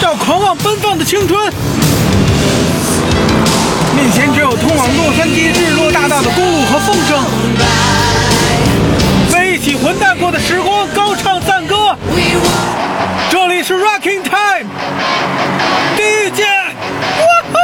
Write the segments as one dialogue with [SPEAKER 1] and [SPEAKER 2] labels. [SPEAKER 1] 到狂妄奔放的青春。面前只有通往洛杉矶日落大道的公路和风声。为一起混蛋过的时光高唱赞歌。这里是 Rocking Time，第一届。哇哦！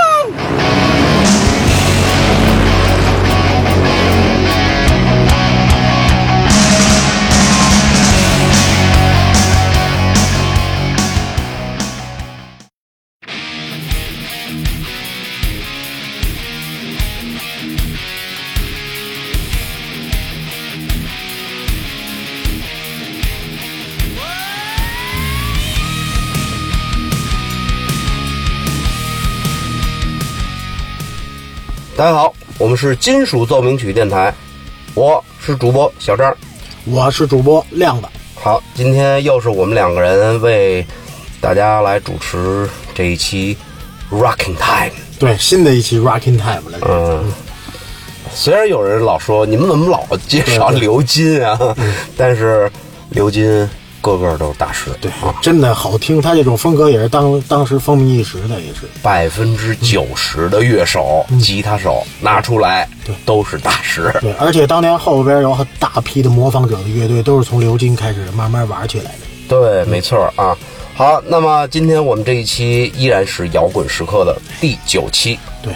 [SPEAKER 2] 大家好，我们是金属奏鸣曲电台，我是主播小张。
[SPEAKER 3] 我是主播亮子，
[SPEAKER 2] 好，今天又是我们两个人为大家来主持这一期 Rocking Time。
[SPEAKER 3] 对，新的一期 Rocking Time 了，
[SPEAKER 2] 嗯，虽然有人老说你们怎么老介绍刘金啊，但是刘金个个都是大师，
[SPEAKER 3] 对
[SPEAKER 2] 啊，，
[SPEAKER 3] 真的好听，他这种风格也是当当时风靡一时的，也是
[SPEAKER 2] 百分之九十的乐手、吉他手拿出来都是大师。
[SPEAKER 3] 对，而且当年后边有大批的模仿者的乐队都是从刘金开始慢慢玩起来的，
[SPEAKER 2] 对，没错儿啊。好，那么今天我们这一期依然是摇滚时刻的第九期。
[SPEAKER 3] 对，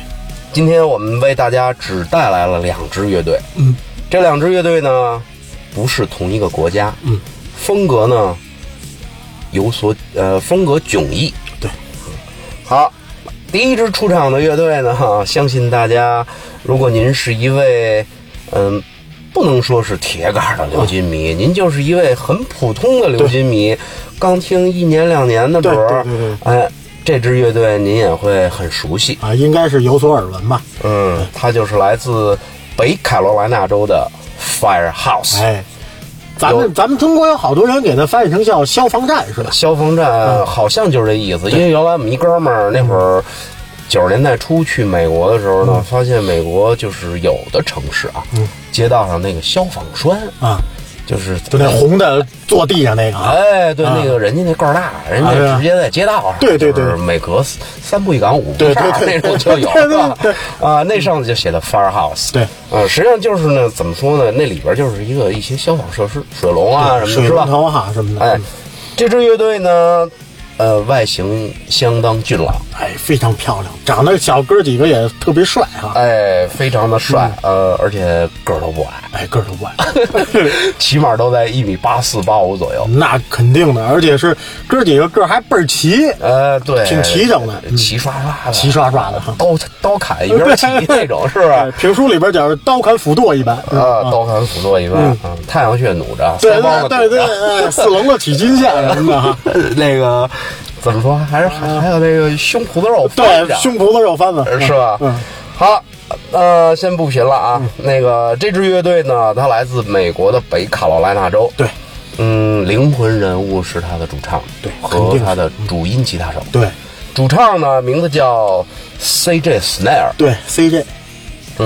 [SPEAKER 2] 今天我们为大家只带来了两支乐队。
[SPEAKER 3] 嗯，
[SPEAKER 2] 这两支乐队呢，不是同一个国家。
[SPEAKER 3] 嗯，
[SPEAKER 2] 风格呢有所呃风格迥异。
[SPEAKER 3] 对，
[SPEAKER 2] 好，第一支出场的乐队呢，哈相信大家，如果您是一位嗯。不能说是铁杆的刘金
[SPEAKER 3] 嗯
[SPEAKER 2] 迷，您就是一位很普通的刘金迷，刚听一年两年的歌儿
[SPEAKER 3] 对对对对，
[SPEAKER 2] 哎，这支乐队您也会很熟悉。
[SPEAKER 3] 啊，应该是有所耳闻吧，
[SPEAKER 2] 嗯，它就是来自北卡罗来纳州的 Firehouse、
[SPEAKER 3] 哎，咱
[SPEAKER 2] 有
[SPEAKER 3] 们咱们中国有好多人给它翻译成叫消防站是吧？
[SPEAKER 2] 消防站，好像就是这意思。因为原来我们一哥们儿那会儿九十年代初去美国的时候
[SPEAKER 3] 嗯
[SPEAKER 2] 呢，发现美国就是有的城市啊，街道上那个消防栓，
[SPEAKER 3] 啊，
[SPEAKER 2] 就是
[SPEAKER 3] 就那红的坐地上那个啊，
[SPEAKER 2] 哎，对，那个人家那个儿大，人家
[SPEAKER 3] 对啊
[SPEAKER 2] 直接在街道上，
[SPEAKER 3] 对对对
[SPEAKER 2] 就是每隔三三步一岗，五步一哨
[SPEAKER 3] 对
[SPEAKER 2] 那
[SPEAKER 3] 对对
[SPEAKER 2] 种就有，
[SPEAKER 3] 对对
[SPEAKER 2] 是吧
[SPEAKER 3] 对
[SPEAKER 2] 啊，那上面就写的 firehouse，
[SPEAKER 3] 对，
[SPEAKER 2] 啊，实际上就是呢，怎么说呢？那里边就是一个一些消防设施，水龙啊什么的，
[SPEAKER 3] 水
[SPEAKER 2] 是
[SPEAKER 3] 龙
[SPEAKER 2] 吧？
[SPEAKER 3] 头哈什么的，
[SPEAKER 2] 哎
[SPEAKER 3] 嗯，
[SPEAKER 2] 这支乐队呢，呃，外形相当俊朗，
[SPEAKER 3] 哎，非常漂亮，长得小哥几个也特别帅哈，
[SPEAKER 2] 哎，非常的帅，
[SPEAKER 3] 嗯
[SPEAKER 2] 呃，而且个儿都不矮，
[SPEAKER 3] 哎，个儿都 不矮。
[SPEAKER 2] 起码都在一米八四八五左右。
[SPEAKER 3] 那肯定的，而且是哥几个个儿还倍儿齐，
[SPEAKER 2] 呃，对，
[SPEAKER 3] 挺齐整的嗯
[SPEAKER 2] 齐刷刷的，
[SPEAKER 3] 齐刷刷的哈。
[SPEAKER 2] 刀刀砍一边 起那种，是不
[SPEAKER 3] 哎
[SPEAKER 2] 是？
[SPEAKER 3] 评书里边讲是刀砍斧剁一般，嗯
[SPEAKER 2] 啊，刀砍斧剁一般啊，太阳穴努着，
[SPEAKER 3] 对
[SPEAKER 2] 腮帮
[SPEAKER 3] 对
[SPEAKER 2] 子
[SPEAKER 3] 对
[SPEAKER 2] 鼓着
[SPEAKER 3] 对，哎四棱子起金线什么的 哈。
[SPEAKER 2] 那个怎么说？还是还还有那个胸脯子肉翻
[SPEAKER 3] 嗯对
[SPEAKER 2] 着，，
[SPEAKER 3] 胸脯子肉翻子
[SPEAKER 2] 哎是吧？
[SPEAKER 3] 嗯，
[SPEAKER 2] 好，呃，先不贫了啊。那个这支乐队呢，它来自美国的北卡罗来纳州。
[SPEAKER 3] 对，
[SPEAKER 2] 嗯，灵魂人物是他的主唱，
[SPEAKER 3] 对肯
[SPEAKER 2] 和
[SPEAKER 3] 定是嗯
[SPEAKER 2] 他的主音吉他手。
[SPEAKER 3] 对
[SPEAKER 2] 主唱呢，名字叫 C.J. Snare。
[SPEAKER 3] 对，CJ
[SPEAKER 2] 嗯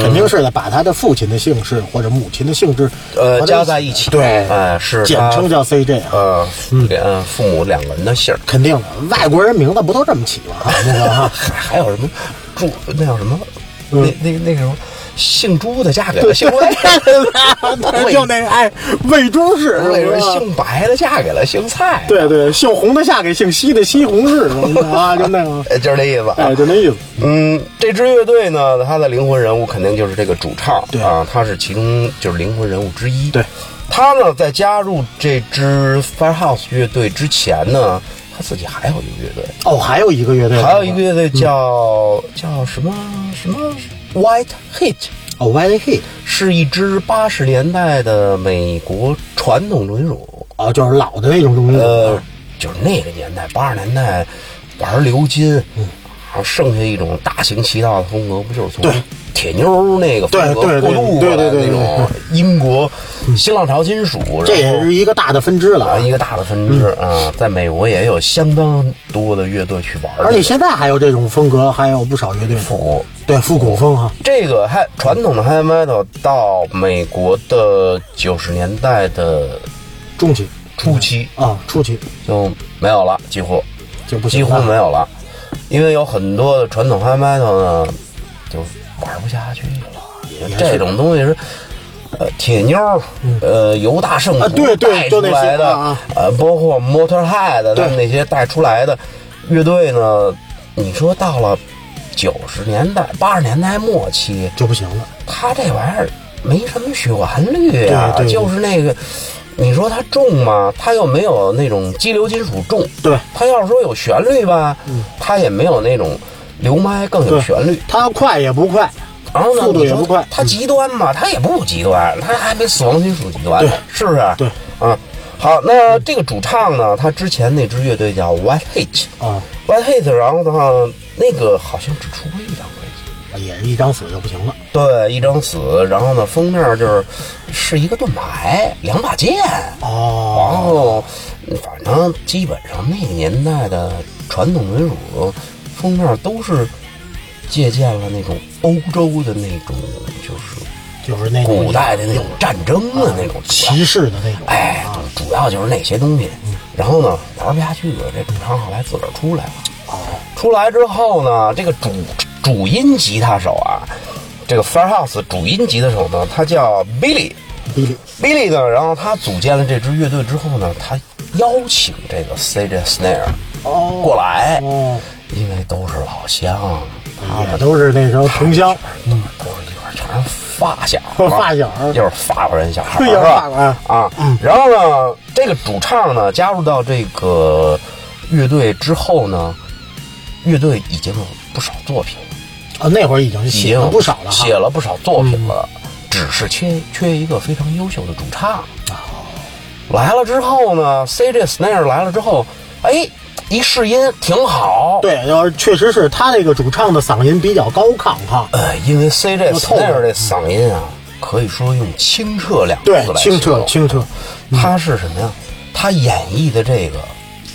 [SPEAKER 3] 肯定是的，把他的父亲的姓氏或者母亲的姓氏
[SPEAKER 2] 呃，
[SPEAKER 3] 和他
[SPEAKER 2] 加在一起，
[SPEAKER 3] 对，
[SPEAKER 2] 哎，是
[SPEAKER 3] 简
[SPEAKER 2] 他
[SPEAKER 3] 称叫 CJ 啊。
[SPEAKER 2] 呃，两呃父母两个人的姓儿，
[SPEAKER 3] 肯定的，外国人名字不都这么起吗？啊那个 哈，
[SPEAKER 2] 还有什么朱那叫什么，那
[SPEAKER 3] 嗯
[SPEAKER 2] 那那个什么姓朱的嫁给了姓魏，
[SPEAKER 3] 对就那个哎，喂猪氏
[SPEAKER 2] 那
[SPEAKER 3] 是
[SPEAKER 2] 人
[SPEAKER 3] 吧？
[SPEAKER 2] 姓白的嫁给了姓蔡，
[SPEAKER 3] 啊对对，姓洪的嫁给姓西的西红柿什么的啊，就那个，
[SPEAKER 2] 呃，就是这意思。
[SPEAKER 3] 哎，就那意思。
[SPEAKER 2] 嗯，这支乐队呢，它的灵魂人物肯定就是这个主唱，
[SPEAKER 3] 对
[SPEAKER 2] 啊，他是其中就是灵魂人物之一。
[SPEAKER 3] 对，
[SPEAKER 2] 他呢在加入这支 Firehouse 乐队之前呢，他自己还有一个乐队，
[SPEAKER 3] 哦，还有一个乐队，
[SPEAKER 2] 还有一个乐队叫、
[SPEAKER 3] 嗯
[SPEAKER 2] 叫什么什么 White Heat，
[SPEAKER 3] 哦，White Heat，
[SPEAKER 2] 是一支八十年代的美国传统轮舞，
[SPEAKER 3] 哦，就是老的那种东西。
[SPEAKER 2] 呃，就是那个年代八十年代玩流金，
[SPEAKER 3] 嗯
[SPEAKER 2] 啊，剩下一种大行其道的风格，不就是从
[SPEAKER 3] 对
[SPEAKER 2] 铁妞儿那个风格
[SPEAKER 3] 对对对
[SPEAKER 2] 过渡过来的
[SPEAKER 3] 对对
[SPEAKER 2] 那
[SPEAKER 3] 对嗯
[SPEAKER 2] 种英国新浪潮金属，
[SPEAKER 3] 这也
[SPEAKER 2] 然后
[SPEAKER 3] 是一嗯个大的分支了
[SPEAKER 2] 啊
[SPEAKER 3] 啊，
[SPEAKER 2] 一个大的分支啊，在美国也有相当多的乐队去玩这个，
[SPEAKER 3] 而且现在还有这种风格，还有不少乐队
[SPEAKER 2] 复古。
[SPEAKER 3] 对复古风哈。
[SPEAKER 2] 这个还传统的 heavy metal 到美国的九十年代的
[SPEAKER 3] 中期
[SPEAKER 2] 初期
[SPEAKER 3] 啊，初期
[SPEAKER 2] 就没有了，几乎。
[SPEAKER 3] 就不
[SPEAKER 2] 几
[SPEAKER 3] 行
[SPEAKER 2] 乎
[SPEAKER 3] 了。
[SPEAKER 2] 没有了，因为有很多的传统拍卖头呢，就玩不下去了。这种东西是，呃，铁妞儿，呃，尤大圣
[SPEAKER 3] 嗯啊对对
[SPEAKER 2] 带
[SPEAKER 3] 就
[SPEAKER 2] 出
[SPEAKER 3] 那些
[SPEAKER 2] 来的，
[SPEAKER 3] 啊
[SPEAKER 2] 呃，包括 Motorhead
[SPEAKER 3] 对
[SPEAKER 2] 他们那些带出来的乐队呢，你说到了九十年代、八十年代末期，
[SPEAKER 3] 就不行了，
[SPEAKER 2] 他这玩意儿没什么血管率呀、
[SPEAKER 3] 对对对
[SPEAKER 2] 就是那个，你说它重吗？它又没有那种激流金属重，
[SPEAKER 3] 对
[SPEAKER 2] 它要是说有旋律吧，它也没有那种流麦更有
[SPEAKER 3] 嗯对，
[SPEAKER 2] 旋律。
[SPEAKER 3] 它要快也不快，
[SPEAKER 2] 然后呢，
[SPEAKER 3] 速度
[SPEAKER 2] 你
[SPEAKER 3] 也
[SPEAKER 2] 说
[SPEAKER 3] 不快嗯
[SPEAKER 2] 它极端嘛，它也不极端，它还没死亡金属极端，
[SPEAKER 3] 对
[SPEAKER 2] 是不是？
[SPEAKER 3] 对，
[SPEAKER 2] 啊，好，那这个主唱呢，他之前那支乐队叫 White Hate。
[SPEAKER 3] 啊，
[SPEAKER 2] White Hate，然后的话，那个好像只出过一张专辑，
[SPEAKER 3] 也是一张死就不行了。
[SPEAKER 2] 对，一张死，然后呢，封面就是是一个盾牌，两把剑，然
[SPEAKER 3] 哦，
[SPEAKER 2] 后反正基本上那个年代的传统民主封面都是借鉴了那种欧洲的那种，就是
[SPEAKER 3] 就是那种
[SPEAKER 2] 古代的那种战争的那种气
[SPEAKER 3] 骑士的那种，
[SPEAKER 2] 哎，主要就是那些东西。然后呢，玩不下去了，这主唱后来自个儿出来了。出来之后呢，这个主主音吉他手啊，这个 Firehouse 主音吉他手呢，他叫 Billy。
[SPEAKER 3] 比利
[SPEAKER 2] Billy 呢，然后他组建了这支乐队之后呢，他邀请这个 CJ Snare
[SPEAKER 3] 哦
[SPEAKER 2] 过来，
[SPEAKER 3] 哦，
[SPEAKER 2] 因为都是老乡，他
[SPEAKER 3] 也
[SPEAKER 2] 们
[SPEAKER 3] 都是那时候同乡，
[SPEAKER 2] 嗯，都是一块儿，全是发小，
[SPEAKER 3] 都是发小
[SPEAKER 2] 又是法国人小孩儿，
[SPEAKER 3] 对又是法国人嗯
[SPEAKER 2] 是吧啊。然后呢，这个主唱呢加入到这个乐队之后呢，乐队已经有不少作品，
[SPEAKER 3] 啊，那会儿已经
[SPEAKER 2] 已
[SPEAKER 3] 写
[SPEAKER 2] 经
[SPEAKER 3] 了不少了哈嗯
[SPEAKER 2] 写，了不少作品了，只是缺缺一个非常优秀的主唱。
[SPEAKER 3] 哦
[SPEAKER 2] 来了之后呢，CJ Snare 来了之后，哎，一试音挺好，
[SPEAKER 3] 对，要是确实是他那个主唱的嗓音比较高亢哈，
[SPEAKER 2] 呃，因为 CJ
[SPEAKER 3] 透了
[SPEAKER 2] Snare 这嗓音啊，可以说用清澈两个
[SPEAKER 3] 对
[SPEAKER 2] 字，来
[SPEAKER 3] 清澈
[SPEAKER 2] 形
[SPEAKER 3] 清嗯澈，
[SPEAKER 2] 容。他是什么呀？他演绎的这个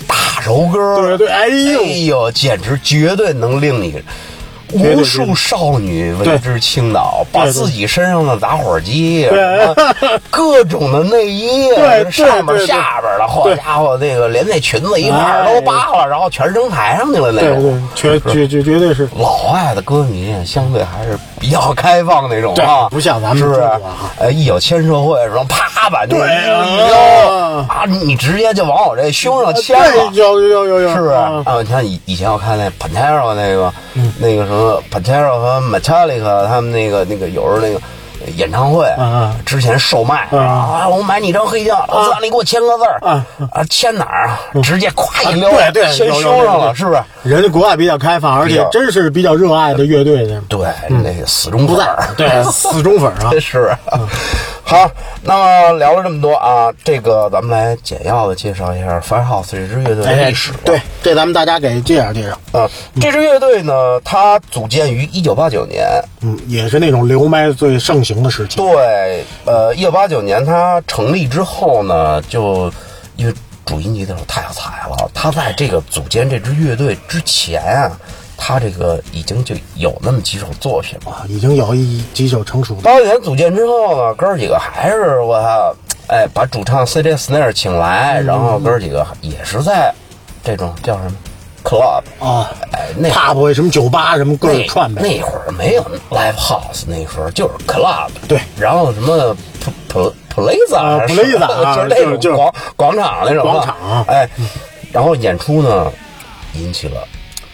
[SPEAKER 2] 大柔歌，
[SPEAKER 3] 对对哎呦
[SPEAKER 2] 哎呦，简直绝对能令你
[SPEAKER 3] 对
[SPEAKER 2] 无数少女为之倾倒，把
[SPEAKER 3] 对对
[SPEAKER 2] 自己身上的打火机，
[SPEAKER 3] 对
[SPEAKER 2] 什么各种的内衣，
[SPEAKER 3] 对对
[SPEAKER 2] 上
[SPEAKER 3] 对
[SPEAKER 2] 边
[SPEAKER 3] 对
[SPEAKER 2] 下边的，好
[SPEAKER 3] 对哎
[SPEAKER 2] 家伙，那个连那裙子一块儿都扒了，然后全扔台上去了那
[SPEAKER 3] 对
[SPEAKER 2] 种。
[SPEAKER 3] 对，绝绝绝绝对是
[SPEAKER 2] 老外的歌迷相对还是比较开放那种
[SPEAKER 3] 对
[SPEAKER 2] 啊，
[SPEAKER 3] 不像咱们
[SPEAKER 2] 是不是
[SPEAKER 3] 中国啊？
[SPEAKER 2] 哎，一有签社会的时候，啪把那
[SPEAKER 3] 对
[SPEAKER 2] 个
[SPEAKER 3] 啊啊
[SPEAKER 2] 一扔啊，你直接就往我这胸上签了。
[SPEAKER 3] 对有有有有，
[SPEAKER 2] 是不是？
[SPEAKER 3] 啊嗯
[SPEAKER 2] 啊，你看以以前我看那 Pantera 那个，那个什么 Pantera 和 Metallica 他们那个那个有时候那个呃演唱会
[SPEAKER 3] 啊啊，
[SPEAKER 2] 之前售卖
[SPEAKER 3] 啊
[SPEAKER 2] 啊，我买你一张黑胶，老子让你给我签个字儿
[SPEAKER 3] 啊
[SPEAKER 2] 啊，签哪儿啊？直接咵一
[SPEAKER 3] 啊
[SPEAKER 2] 溜，
[SPEAKER 3] 对对
[SPEAKER 2] 签
[SPEAKER 3] 有有
[SPEAKER 2] 胸上
[SPEAKER 3] 有
[SPEAKER 2] 了，
[SPEAKER 3] 有
[SPEAKER 2] 是不是？
[SPEAKER 3] 人家国外比较开放，而
[SPEAKER 2] 比
[SPEAKER 3] 且
[SPEAKER 2] 较
[SPEAKER 3] 真是比较热爱的乐队 的，
[SPEAKER 2] 对，那个死忠
[SPEAKER 3] 嗯不
[SPEAKER 2] 粉
[SPEAKER 3] 在
[SPEAKER 2] 儿，
[SPEAKER 3] 对死忠粉啊
[SPEAKER 2] 真， 是。好，那么聊了这么多啊，这个咱们来简要的介绍一下 Firehouse 这支乐队的
[SPEAKER 3] 哎
[SPEAKER 2] 历史。
[SPEAKER 3] 对，这咱们大家给介绍介绍，
[SPEAKER 2] 啊，这支乐队呢，它组建于一九八九年。
[SPEAKER 3] 嗯，也是那种流麦最盛行的时期，
[SPEAKER 2] 对，呃，一九八九年它成立之后呢，就因为主音吉他手太有才了，他在这个组建这支乐队之前啊，他这个已经就有那么几首作品了。
[SPEAKER 3] 啊，已经有一几首成熟的，
[SPEAKER 2] 八九年组建之后呢，哥儿几个还是我操，哎，把主唱 CJ Snare 请来，然后
[SPEAKER 3] 嗯
[SPEAKER 2] 哥儿几个也是在这种叫什么 club，
[SPEAKER 3] 啊
[SPEAKER 2] 哎，那会儿
[SPEAKER 3] pub 什么酒吧什么各种
[SPEAKER 2] 那
[SPEAKER 3] 串呗，
[SPEAKER 2] 那会儿没有 live house，那时候就是 club，
[SPEAKER 3] 对
[SPEAKER 2] 然后什么 pl pl plaza
[SPEAKER 3] 啊
[SPEAKER 2] 还是
[SPEAKER 3] plaza 啊
[SPEAKER 2] 就是那
[SPEAKER 3] 就
[SPEAKER 2] 种
[SPEAKER 3] 是就是
[SPEAKER 2] 广广场那种的
[SPEAKER 3] 广场啊
[SPEAKER 2] 哎，然后演出呢，引起了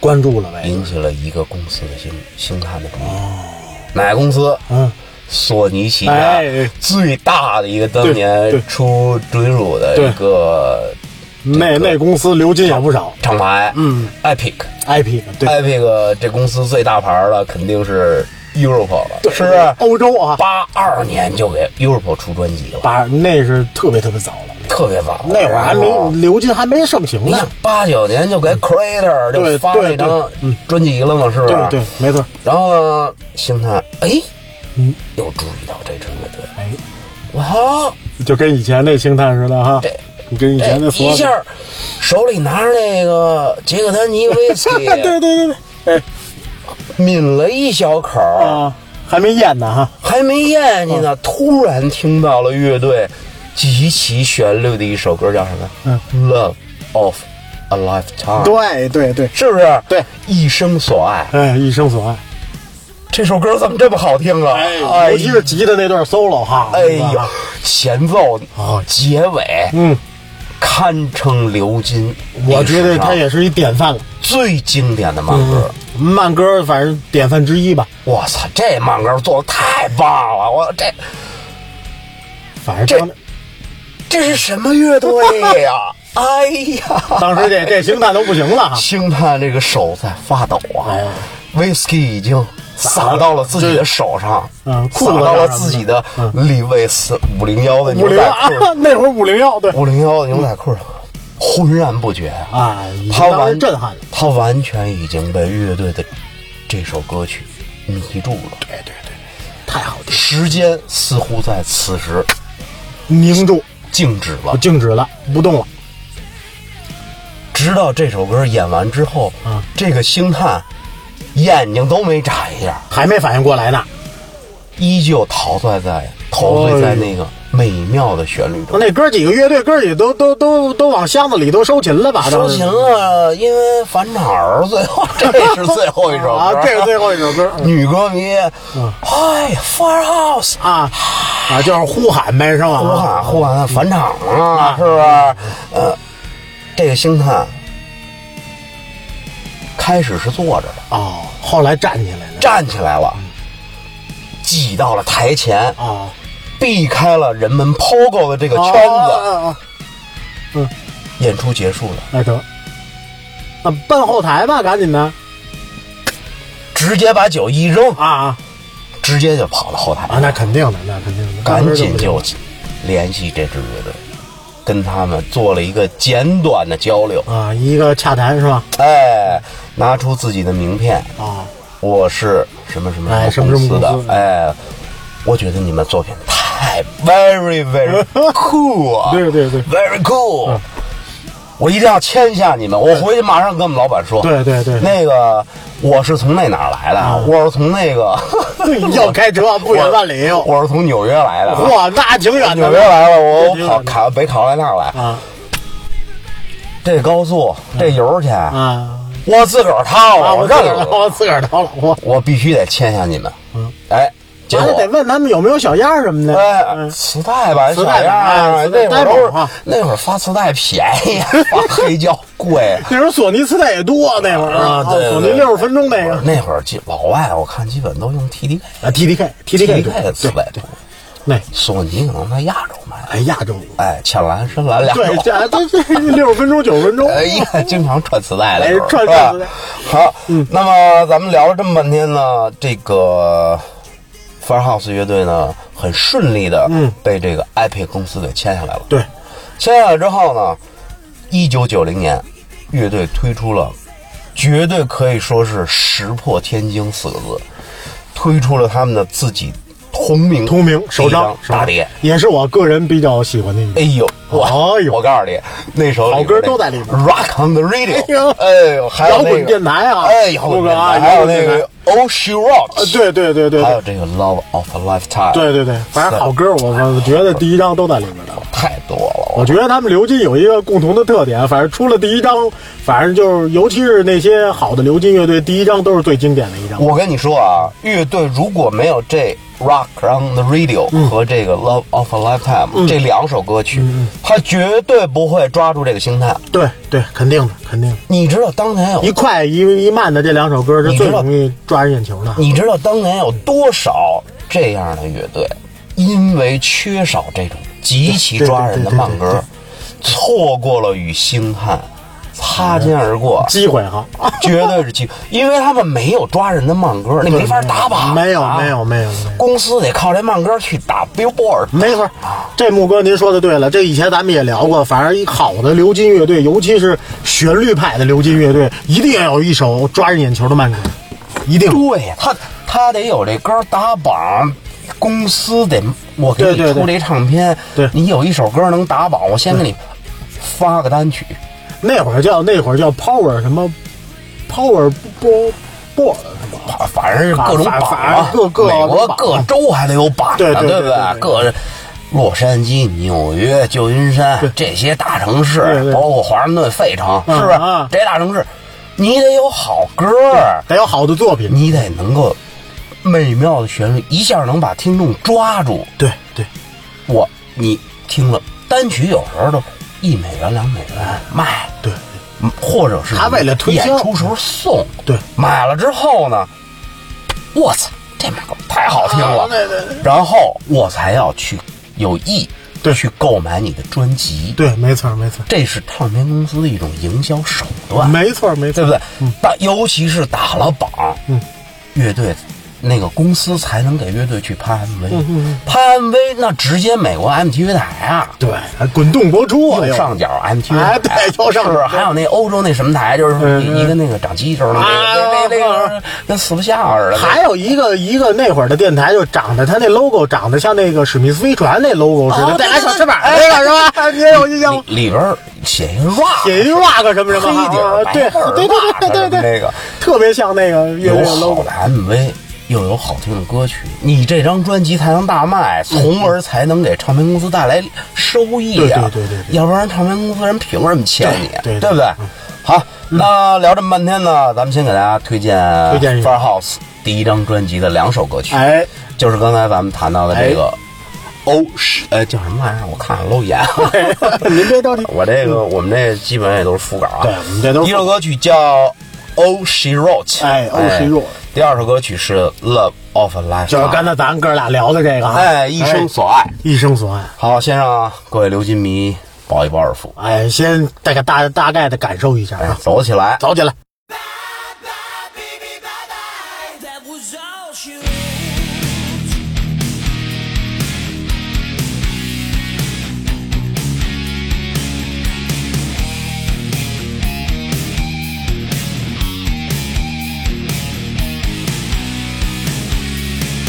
[SPEAKER 3] 关注了呗，
[SPEAKER 2] 引起了一个公司的兴兴叹的注意，哪个公司？
[SPEAKER 3] 哦嗯，
[SPEAKER 2] 索尼旗下
[SPEAKER 3] 哎
[SPEAKER 2] 最大的一个当
[SPEAKER 3] 对
[SPEAKER 2] 年
[SPEAKER 3] 对
[SPEAKER 2] 出追乳的
[SPEAKER 3] 对
[SPEAKER 2] 一个
[SPEAKER 3] 那那公司流金也不少
[SPEAKER 2] 厂牌，嗯，Epic，Epic
[SPEAKER 3] ，IP
[SPEAKER 2] 哎
[SPEAKER 3] 对
[SPEAKER 2] 这公司最大牌的肯定是 Europe 了，是不是？
[SPEAKER 3] 欧洲啊，
[SPEAKER 2] 八二年就给 Europe 出专辑了，
[SPEAKER 3] 把那是特别特别早了，哦
[SPEAKER 2] 特别早，
[SPEAKER 3] 那会儿还
[SPEAKER 2] 然后
[SPEAKER 3] 没流金还没盛行
[SPEAKER 2] 你
[SPEAKER 3] 呢
[SPEAKER 2] 看，八九年就给 Creator
[SPEAKER 3] 对
[SPEAKER 2] 就发那
[SPEAKER 3] 对嗯
[SPEAKER 2] 张专辑了嘛，是不是？
[SPEAKER 3] 对对，没错，
[SPEAKER 2] 然后呢，星探哎，
[SPEAKER 3] 嗯，
[SPEAKER 2] 又注意到这支乐队，
[SPEAKER 3] 哎，
[SPEAKER 2] 哇，
[SPEAKER 3] 就跟以前那星探似的哈
[SPEAKER 2] 对，
[SPEAKER 3] 你跟以
[SPEAKER 2] 这
[SPEAKER 3] 前那所有
[SPEAKER 2] 一下儿手里拿着那个杰克丹尼威士忌，
[SPEAKER 3] 对对对对，
[SPEAKER 2] 抿了一小口儿，
[SPEAKER 3] 啊，还没咽呢哈，
[SPEAKER 2] 还没咽气呢，突然听到了乐队极其旋律的一首歌，叫什么？
[SPEAKER 3] 嗯
[SPEAKER 2] ，Love of a lifetime，
[SPEAKER 3] 对对对，
[SPEAKER 2] 是不是？
[SPEAKER 3] 对，
[SPEAKER 2] 一生所爱。
[SPEAKER 3] 哎，一生所爱。
[SPEAKER 2] 这首歌怎么这么好听啊？
[SPEAKER 3] 尤其是吉他那段 solo 哈，
[SPEAKER 2] 哎
[SPEAKER 3] 是
[SPEAKER 2] 呦
[SPEAKER 3] 吧，
[SPEAKER 2] 前奏
[SPEAKER 3] 哦
[SPEAKER 2] 结尾
[SPEAKER 3] 嗯，
[SPEAKER 2] 堪称流金，
[SPEAKER 3] 我觉得
[SPEAKER 2] 历史
[SPEAKER 3] 它
[SPEAKER 2] 上
[SPEAKER 3] 也是一典范了。
[SPEAKER 2] 最经典的慢歌。
[SPEAKER 3] 慢歌反正典范之一吧，
[SPEAKER 2] 我操，这慢歌做的太棒了！我这
[SPEAKER 3] 反正当
[SPEAKER 2] 这是什么乐队 呀、哎呀，
[SPEAKER 3] 当 时这这星探都不行了哈。
[SPEAKER 2] 星探这个手在发抖啊
[SPEAKER 3] 哎呀
[SPEAKER 2] ，whisky 已经洒到了自己的手上，
[SPEAKER 3] 嗯裤子
[SPEAKER 2] 洒
[SPEAKER 3] 上
[SPEAKER 2] 到了自己的嗯
[SPEAKER 3] 什么
[SPEAKER 2] 立卫四五零幺的
[SPEAKER 3] 五
[SPEAKER 2] 牛
[SPEAKER 3] 零
[SPEAKER 2] 仔
[SPEAKER 3] 啊
[SPEAKER 2] 裤，，
[SPEAKER 3] 那会儿五零幺对
[SPEAKER 2] 五零幺的牛仔裤上，浑然不觉啊。
[SPEAKER 3] 啊，已经
[SPEAKER 2] 他
[SPEAKER 3] 当时
[SPEAKER 2] 完
[SPEAKER 3] 震撼了。
[SPEAKER 2] 他完全已经被乐队的这首歌曲迷住了。
[SPEAKER 3] 对对对，太好听，
[SPEAKER 2] 时间似乎在此时
[SPEAKER 3] 凝住，
[SPEAKER 2] 静止
[SPEAKER 3] 我
[SPEAKER 2] 了，
[SPEAKER 3] 静止了，不动了。
[SPEAKER 2] 直到这首歌演完之后，
[SPEAKER 3] 嗯
[SPEAKER 2] 这个星探眼睛都没眨一下，
[SPEAKER 3] 还没反应过来呢。
[SPEAKER 2] 依旧陶醉在陶醉
[SPEAKER 3] 哎
[SPEAKER 2] 在那个美妙的旋律中。
[SPEAKER 3] 那哥几个乐队哥几个都都都都往箱子里都收琴了吧？
[SPEAKER 2] 收琴了，啊因为返场儿最后，这是最后一首歌，
[SPEAKER 3] 啊，这是最后一首歌嗯
[SPEAKER 2] 女歌迷，哎，Firehouse，
[SPEAKER 3] 啊啊，就是呼喊呗，是吧？
[SPEAKER 2] 呼喊呼喊返场啊，是不是？呃，这个星探开始是坐着的，
[SPEAKER 3] 哦，后来站起来了。
[SPEAKER 2] 站起来了，挤到了台前，
[SPEAKER 3] 啊，
[SPEAKER 2] 避开了人们 POGO 的这个圈子。
[SPEAKER 3] 子。
[SPEAKER 2] 演出结束了，
[SPEAKER 3] 哦那成，那奔后台吧，赶紧的
[SPEAKER 2] 直接把酒一扔，
[SPEAKER 3] 啊
[SPEAKER 2] 直接就跑了后台，
[SPEAKER 3] 啊！那肯定的，那肯定的，
[SPEAKER 2] 赶紧就联系这支乐队。跟他们做了一个简短的交流，
[SPEAKER 3] 啊，一个洽谈是吧？
[SPEAKER 2] 哎，拿出自己的名片，
[SPEAKER 3] 啊，
[SPEAKER 2] 我是什么什么
[SPEAKER 3] 哎
[SPEAKER 2] 什么司
[SPEAKER 3] 什么什么公司
[SPEAKER 2] 的，哎，我觉得你们作品太 very very cool，啊
[SPEAKER 3] 对对嗯对
[SPEAKER 2] ，very cool，、我一定要签下你们，我回去马上跟我们老板说，
[SPEAKER 3] 对对对
[SPEAKER 2] 那个我是从那哪儿来的？啊我是从那个
[SPEAKER 3] 要开车不远万里，
[SPEAKER 2] 我我是从纽约来的，啊
[SPEAKER 3] 哇，那挺远的
[SPEAKER 2] 纽约来了，我
[SPEAKER 3] 这
[SPEAKER 2] 我跑卡北卡罗来纳来，
[SPEAKER 3] 啊
[SPEAKER 2] 这高速这油钱，
[SPEAKER 3] 啊
[SPEAKER 2] 我自个儿掏了，
[SPEAKER 3] 啊！
[SPEAKER 2] 我
[SPEAKER 3] 自
[SPEAKER 2] 认
[SPEAKER 3] 个儿
[SPEAKER 2] 了，
[SPEAKER 3] 我自个儿掏了，我
[SPEAKER 2] 我必须得签下你们，哎，结
[SPEAKER 3] 完
[SPEAKER 2] 果
[SPEAKER 3] 了得问他们有没有小样儿什么的。
[SPEAKER 2] 哎，
[SPEAKER 3] 嗯
[SPEAKER 2] 磁带吧，
[SPEAKER 3] 磁带
[SPEAKER 2] 小样
[SPEAKER 3] 吧
[SPEAKER 2] 儿
[SPEAKER 3] 哎磁带
[SPEAKER 2] 那会儿都
[SPEAKER 3] 带吧
[SPEAKER 2] 是那会儿发磁带便宜， 发黑胶贵。
[SPEAKER 3] 那时候索尼磁带也多，那会儿
[SPEAKER 2] 啊，对，对
[SPEAKER 3] 索尼
[SPEAKER 2] 对
[SPEAKER 3] 六十分钟那
[SPEAKER 2] 那会
[SPEAKER 3] 个
[SPEAKER 2] 儿那会儿基老外我看基本都用 TDK
[SPEAKER 3] 啊，TDK TDK
[SPEAKER 2] TDK 的磁带多，
[SPEAKER 3] 那
[SPEAKER 2] 索尼可能在亚洲买，
[SPEAKER 3] 哎亚洲
[SPEAKER 2] 哎，浅蓝、深蓝两
[SPEAKER 3] 对，
[SPEAKER 2] 种，
[SPEAKER 3] 这这这六十分钟九十分钟
[SPEAKER 2] 哎，一看 经常串磁带的
[SPEAKER 3] 啊哎
[SPEAKER 2] 时候，
[SPEAKER 3] 串
[SPEAKER 2] 是吧
[SPEAKER 3] 串磁带嗯
[SPEAKER 2] 好，那么咱们聊了这么半天呢，这个 Firehouse 乐队呢，很顺利的
[SPEAKER 3] 嗯
[SPEAKER 2] 被这个 Epic 公司给签下来了。
[SPEAKER 3] 对，
[SPEAKER 2] 签下来之后呢，一九九零年，乐队推出了，绝对可以说是石破天惊四个字，推出了他们的自己同名
[SPEAKER 3] 通明首
[SPEAKER 2] 第一
[SPEAKER 3] 张
[SPEAKER 2] 张大碟。
[SPEAKER 3] 也是我个人比较喜欢的一
[SPEAKER 2] 哎
[SPEAKER 3] 个。
[SPEAKER 2] 呦，我、
[SPEAKER 3] 哎呦
[SPEAKER 2] 我告诉你，那首
[SPEAKER 3] 好歌都在里面
[SPEAKER 2] ，Rock on the Radio，
[SPEAKER 3] 哎呦
[SPEAKER 2] 哎呦，还有那个
[SPEAKER 3] 摇滚电台啊
[SPEAKER 2] 哎，摇滚
[SPEAKER 3] 陆哥
[SPEAKER 2] 电
[SPEAKER 3] 啊
[SPEAKER 2] 台，还有
[SPEAKER 3] 摇滚
[SPEAKER 2] 那
[SPEAKER 3] 电台
[SPEAKER 2] 个 Oh She Rocks，
[SPEAKER 3] 呃，对对对对
[SPEAKER 2] 还
[SPEAKER 3] 对
[SPEAKER 2] 有这个 Love of a Lifetime，
[SPEAKER 3] 对对对，反正好歌我我觉得第一张都在里面的。
[SPEAKER 2] 太多了，
[SPEAKER 3] 我觉得他们流金有一个共同的特点，反正出了第一张，反正就是尤其是那些好的流金乐队，第一张都是最经典的一张。
[SPEAKER 2] 我跟你说啊，乐队如果没有这《Rock on the Radio》和
[SPEAKER 3] 嗯
[SPEAKER 2] 这个《Love of a Lifetime、这两首歌曲，
[SPEAKER 3] 嗯
[SPEAKER 2] 他绝对不会抓住这个星探。
[SPEAKER 3] 对对，肯定的，肯定的。
[SPEAKER 2] 你知道当年有
[SPEAKER 3] 一快一一慢的这两首歌是最容易抓人眼球的。
[SPEAKER 2] 你知道当年有多少这样的乐队，因为缺少这种极其抓人的慢
[SPEAKER 3] 对对对
[SPEAKER 2] 歌
[SPEAKER 3] 对，
[SPEAKER 2] 错过了与星探擦肩而过，
[SPEAKER 3] 机会哈，
[SPEAKER 2] 绝对是机，因为他们没有抓人的慢歌，你没法打榜，
[SPEAKER 3] 没有没有。没有没有，嗯
[SPEAKER 2] 公司得靠这慢歌去打 Billboard，
[SPEAKER 3] 没错，这木哥您说的对了，这以前咱们也聊过，反正一好的流金乐队，尤其是旋律派的流金乐队，一定要有一首抓人眼球的慢歌，一定。
[SPEAKER 2] 对他，他得有这歌打榜，公司得我给
[SPEAKER 3] 对
[SPEAKER 2] 你
[SPEAKER 3] 对对
[SPEAKER 2] 出这唱片，
[SPEAKER 3] 对
[SPEAKER 2] 你有一首歌能打榜，我先给你发个单曲。
[SPEAKER 3] 那会儿叫那会儿叫 Power 什么 Power 波波的什么，
[SPEAKER 2] 反反正是各种榜
[SPEAKER 3] 反反
[SPEAKER 2] 啊，
[SPEAKER 3] 各各
[SPEAKER 2] 美国
[SPEAKER 3] 各
[SPEAKER 2] 各州还得有榜呢，
[SPEAKER 3] 对对
[SPEAKER 2] 不
[SPEAKER 3] 对对对
[SPEAKER 2] 各洛杉矶、纽约、旧金山这些大城市，
[SPEAKER 3] 对对
[SPEAKER 2] 包括华盛顿、费城，
[SPEAKER 3] 嗯
[SPEAKER 2] 是不是？
[SPEAKER 3] 啊
[SPEAKER 2] 这些大城市，你得有好歌儿，
[SPEAKER 3] 得有好的作品。
[SPEAKER 2] 你得能够美妙的旋律一下能把听众抓住。
[SPEAKER 3] 对对，
[SPEAKER 2] 我你听了单曲，有时候都一美元、两美元卖，
[SPEAKER 3] 对，
[SPEAKER 2] 或者是
[SPEAKER 3] 他为了推销
[SPEAKER 2] 演出时候送，
[SPEAKER 3] 对，
[SPEAKER 2] 买了之后呢，我操，这门口太好听了，
[SPEAKER 3] 啊对对对
[SPEAKER 2] 然后我才要去有意
[SPEAKER 3] 对
[SPEAKER 2] 去购买你的专辑，
[SPEAKER 3] 对，没错儿没错儿，
[SPEAKER 2] 这是唱片公司的一种营销手段，
[SPEAKER 3] 没错儿没错
[SPEAKER 2] 对
[SPEAKER 3] 儿，
[SPEAKER 2] 不对？但尤其是打了榜，
[SPEAKER 3] 嗯，
[SPEAKER 2] 乐队那个公司才能给乐队去拍 MV，、拍
[SPEAKER 3] 嗯
[SPEAKER 2] MV 那直接美国 MTV 台啊，
[SPEAKER 3] 对，还滚动播出啊，
[SPEAKER 2] 右
[SPEAKER 3] 又
[SPEAKER 2] 上角 MTV，
[SPEAKER 3] 哎
[SPEAKER 2] 台
[SPEAKER 3] 对右上角
[SPEAKER 2] 是不是？啊还有那欧洲那什么台，就是
[SPEAKER 3] 嗯
[SPEAKER 2] 一个那个长鸡头那
[SPEAKER 3] 啊
[SPEAKER 2] 个，那那那个跟四不像似的。
[SPEAKER 3] 还有一个一个那会儿的电台就长得，它那 logo 长得像那个史密斯飞船那 logo 似的，
[SPEAKER 2] 哦
[SPEAKER 3] 带俩
[SPEAKER 2] 对对对哎
[SPEAKER 3] 小翅膀那个是吧？你也有印象吗？
[SPEAKER 2] 里里边写一 rock，
[SPEAKER 3] 写一 rock 什么什么
[SPEAKER 2] 黑底
[SPEAKER 3] 啊
[SPEAKER 2] 儿，
[SPEAKER 3] 对
[SPEAKER 2] 白底儿
[SPEAKER 3] 对
[SPEAKER 2] rock
[SPEAKER 3] 对对对
[SPEAKER 2] 什么
[SPEAKER 3] 对，
[SPEAKER 2] 那个
[SPEAKER 3] 特别像那个乐队
[SPEAKER 2] 有
[SPEAKER 3] 的
[SPEAKER 2] 好
[SPEAKER 3] logo
[SPEAKER 2] 的。MV，又有好听的歌曲，你这张专辑才能大卖，从而才能给唱片公司带来收益呀、
[SPEAKER 3] 嗯对对对对对
[SPEAKER 2] 要不然唱片公司人凭什么签你啊？
[SPEAKER 3] 对嗯对对
[SPEAKER 2] 不对？好，那聊这么半天呢，咱们先给大家推荐
[SPEAKER 3] 推荐一
[SPEAKER 2] f
[SPEAKER 3] 下
[SPEAKER 2] a r House 第一张专辑的两首歌曲，
[SPEAKER 3] 哎，
[SPEAKER 2] 就是刚才咱们谈到的这个。哦，是，呃，叫什么玩意儿？我看看漏 眼。
[SPEAKER 3] 您别着急，
[SPEAKER 2] 我这个，我们这基本上也都是副稿啊。
[SPEAKER 3] 对，我们这都
[SPEAKER 2] 第一
[SPEAKER 3] 是
[SPEAKER 2] 首歌曲叫《Oh She Wrote》，
[SPEAKER 3] 哎 Oh She Wrote
[SPEAKER 2] 第二首歌曲是《Love of a Lifetime》，
[SPEAKER 3] 就是刚才咱哥俩聊的这个啊，
[SPEAKER 2] 哎一生所爱。
[SPEAKER 3] 一生所爱。
[SPEAKER 2] 好，先让各位刘金迷饱一饱耳福，
[SPEAKER 3] 哎，先大概大大概的感受一下
[SPEAKER 2] 哎
[SPEAKER 3] 啊，，
[SPEAKER 2] 走起来。
[SPEAKER 3] 走起来。
[SPEAKER 4] That was all she wrote.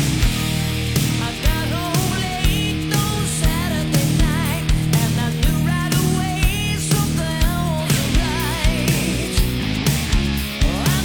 [SPEAKER 4] I got home late on Saturday night, and I knew right away something wasn't right. I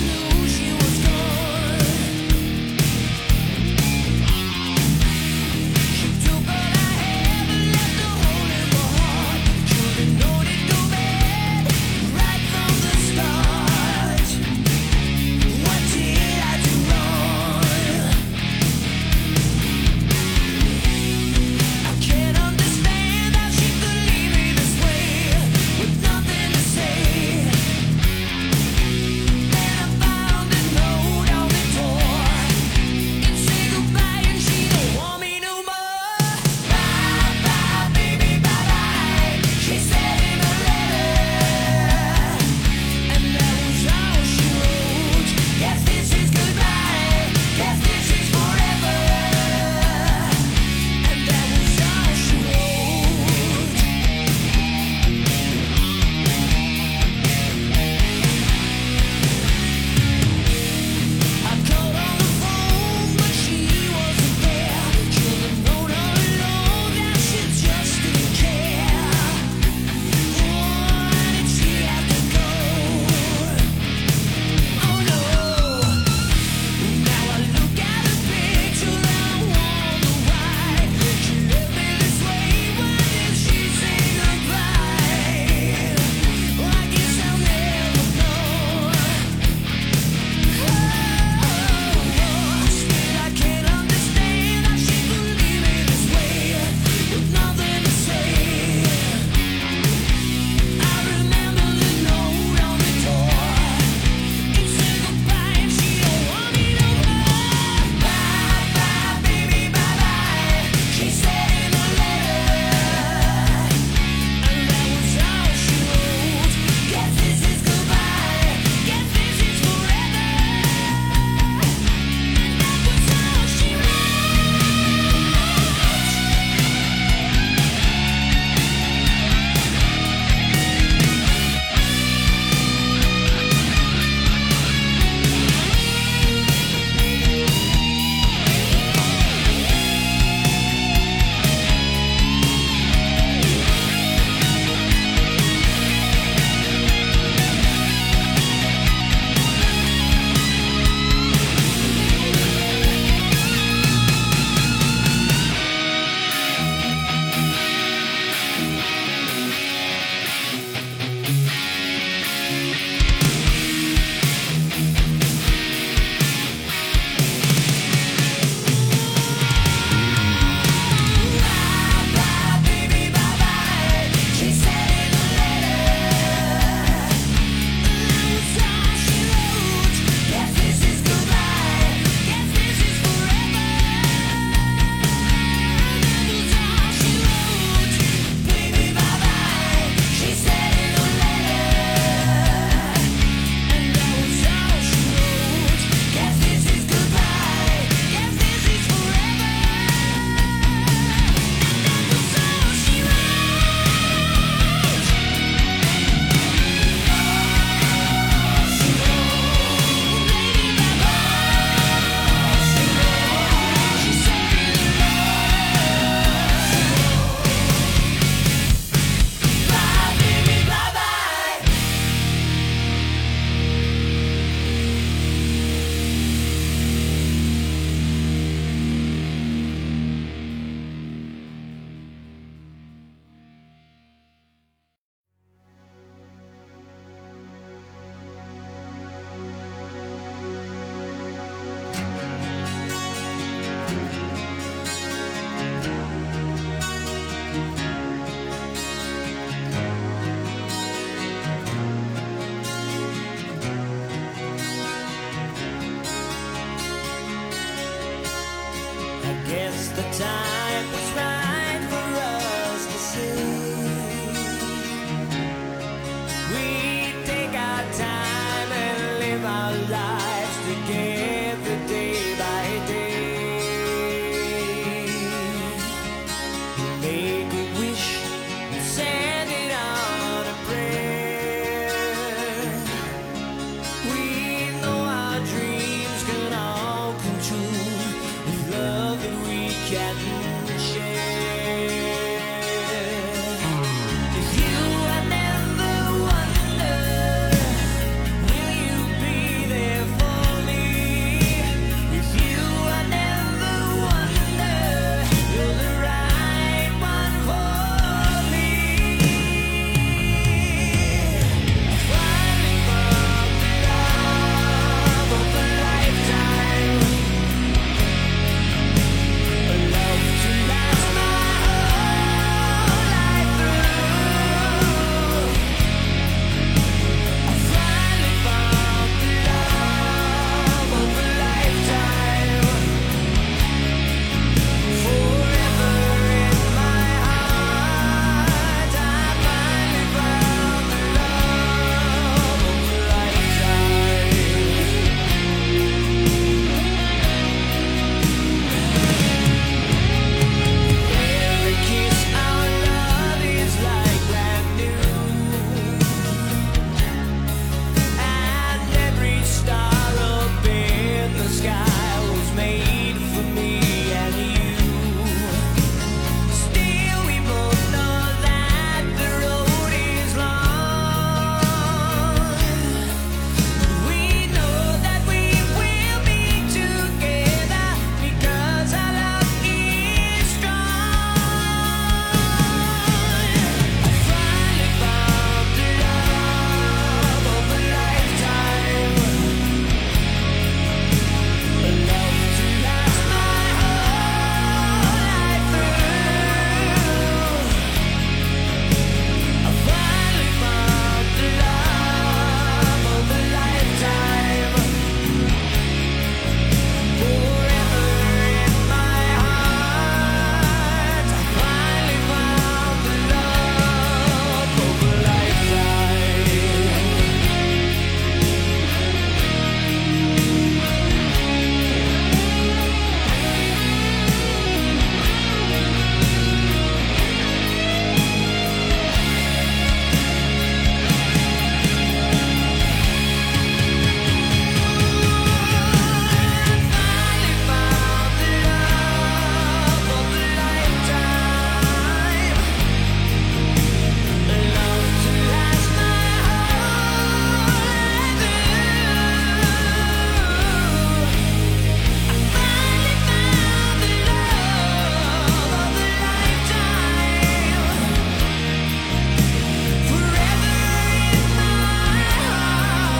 [SPEAKER 4] time was right for us to see. We take our time and live our lives together day by day. Make a wish and send it on a prayer. We know our dreams can all come true with love that we can share. If you had never wondered, will you be there for me? If you had never wondered, you're the right one for me. Climbing up the love of a lifetime, a love to last my whole life through. Climbing up the love of a lifetime, forever in my heart. I finally found the love of a lifetime. Every kiss our love is like brand new, and every star up in the sky was made for me and you. Still, we both know that the road is long. We know that we will be together because our love is strong. Finally found the love of a lifetime, a love to last my whole life through. I finally found the love of a lifetime, forever in my heart. I finally found the love of a lifetime. Finally found the love of a lifetime, a love to last my whole life Finally found the love of a lifetime, forever in my heart. Finally found the love of a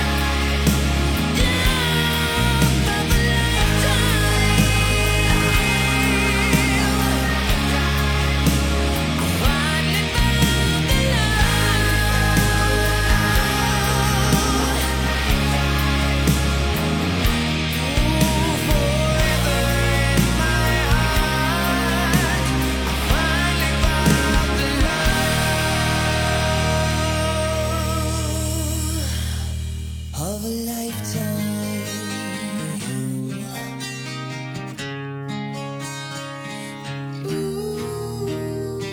[SPEAKER 4] lifetime, love of a lifetime. Finally found the love, forever in my heart. Finally found the love of a lifetime.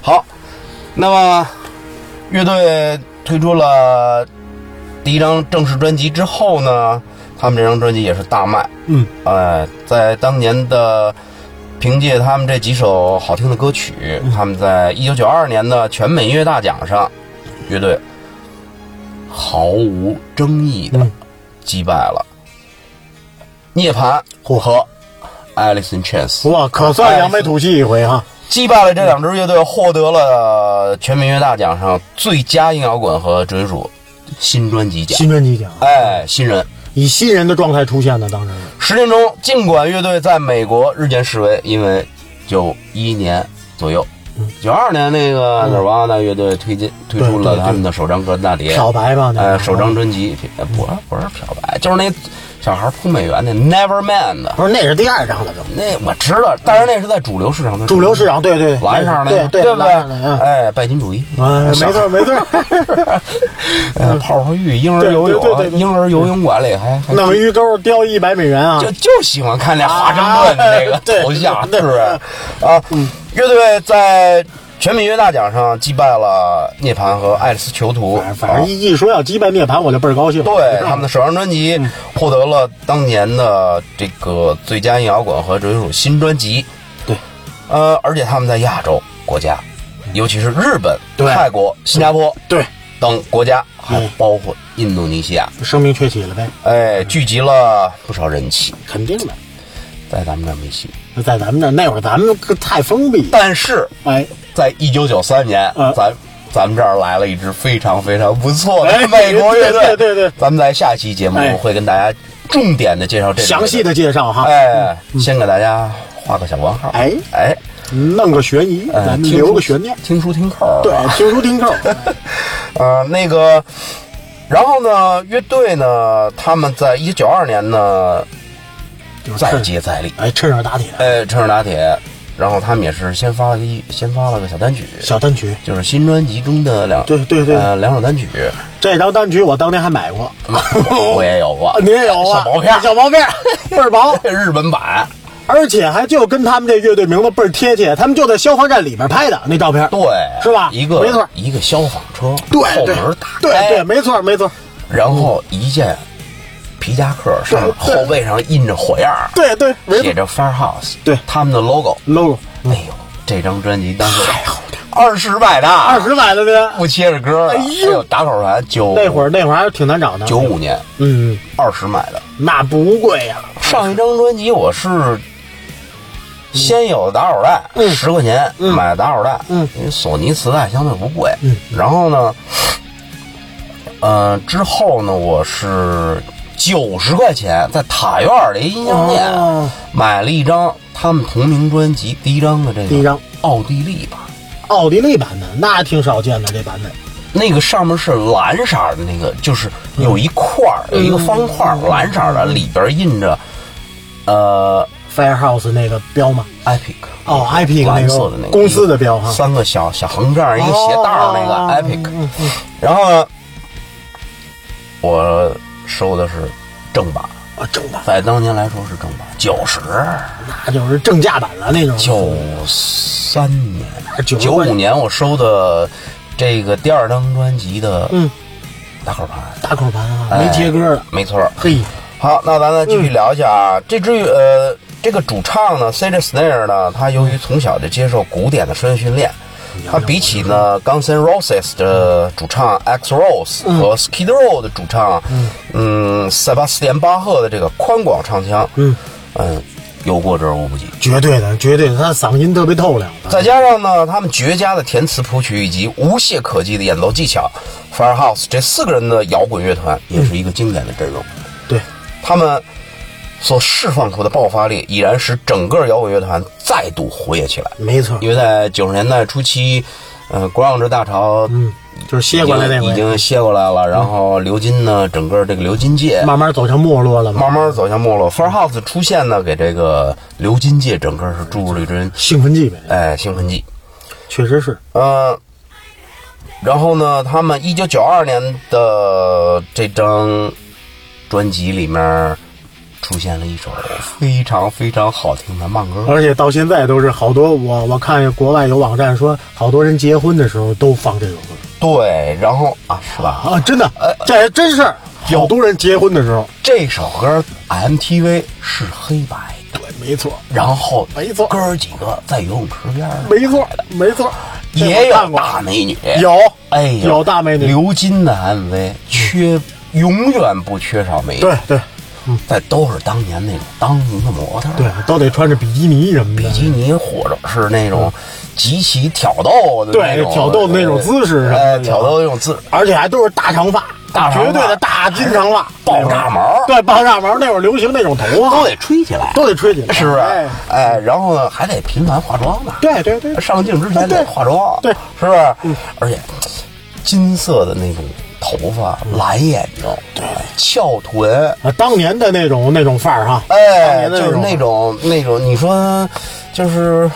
[SPEAKER 2] 好，那么乐队推出了第一张正式专辑之后呢，他们这张专辑也是大卖。
[SPEAKER 3] 嗯，
[SPEAKER 2] 哎，在当年的凭借他们这几首好听的歌曲，
[SPEAKER 3] 嗯
[SPEAKER 2] 他们在一九九二年的全美音乐大奖上，乐队毫无争议的
[SPEAKER 3] 嗯
[SPEAKER 2] 击败了涅槃和 Alice in Chains。
[SPEAKER 3] 哇，可算扬眉吐气一回哈！
[SPEAKER 2] 击败了这两支乐队，获得了全民乐大奖上最佳硬摇滚和准属新专辑奖
[SPEAKER 3] 新。专辑奖
[SPEAKER 2] 哎，新人，
[SPEAKER 3] 以新人的状态出现的，当时是
[SPEAKER 2] 十年中，尽管乐队在美国日渐式微，因为九一年左右，
[SPEAKER 3] 嗯
[SPEAKER 2] 九二年那个哪瓦纳乐队推荐推出
[SPEAKER 3] 对对
[SPEAKER 2] 了
[SPEAKER 3] 对
[SPEAKER 2] 他们的首张歌大碟，
[SPEAKER 3] 漂白嘛那个
[SPEAKER 2] 呃，首张专辑呃不是不是漂白，就是那小孩扑美元那 Neverman 的，
[SPEAKER 3] 不是那是第二张了就。
[SPEAKER 2] 那我知道，但是那是在主流市场的
[SPEAKER 3] 主流市场，对对，
[SPEAKER 2] 蓝上那
[SPEAKER 3] 对
[SPEAKER 2] 个，不
[SPEAKER 3] 蓝上那个
[SPEAKER 2] 对？哎，拜金主义，
[SPEAKER 3] 嗯，哎，没
[SPEAKER 2] 小孩
[SPEAKER 3] 错没错，
[SPEAKER 2] 呃，泡泡浴、婴儿游
[SPEAKER 3] 对对
[SPEAKER 2] 泳、
[SPEAKER 3] 对对对
[SPEAKER 2] 婴儿游泳馆里还还
[SPEAKER 3] 弄鱼钩钓一百美元啊
[SPEAKER 2] 就，就喜欢看那华盛顿的那
[SPEAKER 3] 啊
[SPEAKER 2] 个
[SPEAKER 3] 对
[SPEAKER 2] 头像，
[SPEAKER 3] 对嗯
[SPEAKER 2] 是不是？啊，乐队在全民乐大奖上击败了涅槃和爱丽丝囚徒，
[SPEAKER 3] 反正
[SPEAKER 2] 啊
[SPEAKER 3] 一一说要击败涅槃，我就倍儿高兴。嗯
[SPEAKER 2] 对他们的首张专辑获得了当年的这个最佳摇滚和专属新专辑。
[SPEAKER 3] 对，嗯
[SPEAKER 2] 呃，而且他们在亚洲国家，尤其是日本、
[SPEAKER 3] 对
[SPEAKER 2] 泰国、新加坡
[SPEAKER 3] 对，
[SPEAKER 2] 等国家，还
[SPEAKER 3] 嗯
[SPEAKER 2] 包括印度尼西亚，
[SPEAKER 3] 生命鹊起了呗，
[SPEAKER 2] 哎，聚集了不少人气，
[SPEAKER 3] 肯定的。
[SPEAKER 2] 在咱们这儿没戏。
[SPEAKER 3] 那在咱们那儿那会儿，咱们可太封闭，
[SPEAKER 2] 但是
[SPEAKER 3] 哎，
[SPEAKER 2] 在一九九三年，
[SPEAKER 3] 嗯
[SPEAKER 2] 咱咱们这儿来了一支非常非常不错
[SPEAKER 3] 哎
[SPEAKER 2] 的美国乐队。
[SPEAKER 3] 对对对对
[SPEAKER 2] 咱们在下期节目
[SPEAKER 3] 哎
[SPEAKER 2] 会跟大家重点的介绍这支乐队
[SPEAKER 3] 详细的。介绍哈，
[SPEAKER 2] 哎，先给大家画个小问号。
[SPEAKER 3] 哎
[SPEAKER 2] 哎，
[SPEAKER 3] 弄个悬疑，
[SPEAKER 2] 呃
[SPEAKER 3] 咱们
[SPEAKER 2] 听
[SPEAKER 3] 留
[SPEAKER 2] 书
[SPEAKER 3] 个悬念。
[SPEAKER 2] 听书听扣儿。
[SPEAKER 3] 对，听书听扣，
[SPEAKER 2] 呃，那个，然后呢，乐队呢，他们在一九九二年呢
[SPEAKER 3] 就是
[SPEAKER 2] 再
[SPEAKER 3] 趁
[SPEAKER 2] 接再厉，
[SPEAKER 3] 哎，趁热打铁，
[SPEAKER 2] 哎，趁热打铁。然后他们也是先发了个一先发了个小单曲，
[SPEAKER 3] 小单曲。
[SPEAKER 2] 就是新专辑中的两
[SPEAKER 3] 对对对
[SPEAKER 2] 呃两首单 曲。
[SPEAKER 3] 这张单曲我当年还买过，
[SPEAKER 2] 我我也有过
[SPEAKER 3] 啊，，你也有啊？
[SPEAKER 2] 小毛片儿，
[SPEAKER 3] 小毛片儿， 倍儿薄，
[SPEAKER 2] 日本版，
[SPEAKER 3] 而且还就跟他们这乐队名字倍儿贴切，他们就在消防站里边拍的那照片，
[SPEAKER 2] 对，
[SPEAKER 3] 是吧
[SPEAKER 2] 一个
[SPEAKER 3] 没错
[SPEAKER 2] 一个消防车，
[SPEAKER 3] 对
[SPEAKER 2] 后
[SPEAKER 3] 对
[SPEAKER 2] 门打
[SPEAKER 3] 对
[SPEAKER 2] 开，
[SPEAKER 3] 对，没错没错，
[SPEAKER 2] 然后一件皮夹克，上面
[SPEAKER 3] 对对
[SPEAKER 2] 后背上印着火焰儿，
[SPEAKER 3] 对对没
[SPEAKER 2] 写
[SPEAKER 3] 错
[SPEAKER 2] 着 Firehouse，
[SPEAKER 3] 对
[SPEAKER 2] 他们的 logo，
[SPEAKER 3] ，logo
[SPEAKER 2] 哎呦，这张专辑当时
[SPEAKER 3] 太好听，
[SPEAKER 2] 二十买的，
[SPEAKER 3] 二十买的呢，
[SPEAKER 2] 不切着歌了，
[SPEAKER 3] 哎
[SPEAKER 2] 哎
[SPEAKER 3] 呦
[SPEAKER 2] 呦，打口盘九
[SPEAKER 3] 那会儿那会儿还挺难找的，
[SPEAKER 2] 九五年
[SPEAKER 3] 嗯，
[SPEAKER 2] 二十买的，
[SPEAKER 3] 那不贵呀，
[SPEAKER 2] 上一张专辑我是先有打口袋，
[SPEAKER 3] 嗯
[SPEAKER 2] 十块钱
[SPEAKER 3] 嗯
[SPEAKER 2] 买的打口袋，
[SPEAKER 3] 嗯
[SPEAKER 2] 因为索尼磁带相对不贵，
[SPEAKER 3] 嗯
[SPEAKER 2] 然后呢，呃，之后呢，我是九十块钱在塔院儿的一音像店、
[SPEAKER 3] 哦
[SPEAKER 2] 买了一张他们同名专辑第一张的这个
[SPEAKER 3] 第一张
[SPEAKER 2] 奥地利吧，
[SPEAKER 3] 奥地利版的那挺少见的这版本，
[SPEAKER 2] 那个上面是蓝色儿的那个，就是有一块儿、
[SPEAKER 3] 嗯
[SPEAKER 2] 有一个方块儿蓝色儿的，里边印着呃
[SPEAKER 3] Firehouse 那个标嘛，
[SPEAKER 2] Epic
[SPEAKER 3] 哦，IP 那
[SPEAKER 2] 蓝色的那个
[SPEAKER 3] 个公司的标哈，
[SPEAKER 2] 三个小小横杠儿一个斜带儿那
[SPEAKER 3] 哦
[SPEAKER 2] 个 Epic，、然后呢，我收的是正版，
[SPEAKER 3] 啊，正版，
[SPEAKER 2] 在当年来说是正版，九十
[SPEAKER 3] 那就是正价版了那种，
[SPEAKER 2] 九三年
[SPEAKER 3] 90
[SPEAKER 2] 九五年我收的这个第二张专辑的
[SPEAKER 3] 嗯
[SPEAKER 2] 打口盘，
[SPEAKER 3] 打口盘啊，
[SPEAKER 2] 哎
[SPEAKER 3] 没切歌的，
[SPEAKER 2] 没错儿。
[SPEAKER 3] 嘿，
[SPEAKER 2] 好，那咱再继续聊一下啊，这支呃，这个主唱呢 c j Snare 呢，他由于从小就接受古典的声乐训练，他比起呢 Guns N' Roses 的主唱 X Rose 和 Skid Row 的主唱，啊嗯，塞巴斯蒂安巴赫的这个宽广唱腔，嗯有过之而无不及。
[SPEAKER 3] 绝对的，绝对的，他嗓音特别透亮的，
[SPEAKER 2] 再加上呢，他们绝佳的填词谱曲以及无懈可击的演奏技巧，Firehouse 这四个人的摇滚乐团也是一个经典的阵容。
[SPEAKER 3] 对，
[SPEAKER 2] 他们所释放出的爆发力，已然使整个摇滚乐团再度活跃起来。
[SPEAKER 3] 没错
[SPEAKER 2] 因，为在九十年代初期，呃，grunge 大潮
[SPEAKER 3] 嗯，就是歇
[SPEAKER 2] 已
[SPEAKER 3] 过来
[SPEAKER 2] 经
[SPEAKER 3] 那
[SPEAKER 2] 已
[SPEAKER 3] 回，嗯
[SPEAKER 2] 经歇过来了，然后流金呢，整个这个流金界
[SPEAKER 3] 慢慢走向没落了嘛
[SPEAKER 2] 慢，慢走向没落。Firehouse 出现呢，给这个流金界整个是注入了一针
[SPEAKER 3] 兴奋剂呗，
[SPEAKER 2] 哎兴奋剂。
[SPEAKER 3] 确实是，
[SPEAKER 2] 呃，然后呢，他们一九九二年的这张专辑里面出现了一首非常非常好听的慢歌，
[SPEAKER 3] 而且到现在都是好多我我看国外有网站说，好多人结婚的时候都放这首歌
[SPEAKER 2] 对，然后啊，是吧？
[SPEAKER 3] 啊，真的，这还真是，
[SPEAKER 2] 有
[SPEAKER 3] 好多人结婚的时候，
[SPEAKER 2] 这首歌 MTV 是黑白的，
[SPEAKER 3] 对，没错，
[SPEAKER 2] 然后
[SPEAKER 3] 没错
[SPEAKER 2] 哥儿几个在游泳池边儿
[SPEAKER 3] 没错，没错，
[SPEAKER 2] 也
[SPEAKER 3] 这我
[SPEAKER 2] 有
[SPEAKER 3] 看过
[SPEAKER 2] 大美女，
[SPEAKER 3] 有，
[SPEAKER 2] 哎呦，
[SPEAKER 3] 有大美女
[SPEAKER 2] 刘金的 MV 缺永远不缺少美女，
[SPEAKER 3] 对对
[SPEAKER 2] 但都是当年那种当红的模特儿，
[SPEAKER 3] 对，都得穿着比基尼什么的，
[SPEAKER 2] 比基尼或者是那种极其挑逗的那种呃
[SPEAKER 3] 对挑逗的那种姿势什么的
[SPEAKER 2] 哎，挑逗的那种姿势，
[SPEAKER 3] 而且还都是大长发，
[SPEAKER 2] 大长
[SPEAKER 3] 绝对
[SPEAKER 2] 发
[SPEAKER 3] 的大金长发，
[SPEAKER 2] 爆炸毛
[SPEAKER 3] 对，爆炸毛那会儿流行那种头
[SPEAKER 2] 都
[SPEAKER 3] 发，
[SPEAKER 2] 得吹起来，
[SPEAKER 3] 都得吹起来，
[SPEAKER 2] 是不是
[SPEAKER 3] 哎？
[SPEAKER 2] 哎，然后呢，还得频繁化妆呢。
[SPEAKER 3] 对对对，
[SPEAKER 2] 上镜之前
[SPEAKER 3] 对
[SPEAKER 2] 得化妆，
[SPEAKER 3] 对嗯
[SPEAKER 2] 是不是？而且金色的那种头发，蓝眼睛，对，翘臀，
[SPEAKER 3] 啊，当年的那种那种范儿哈，当
[SPEAKER 2] 哎，
[SPEAKER 3] 年
[SPEAKER 2] 就
[SPEAKER 3] 的
[SPEAKER 2] 是
[SPEAKER 3] 种
[SPEAKER 2] 那种那种，你说就是，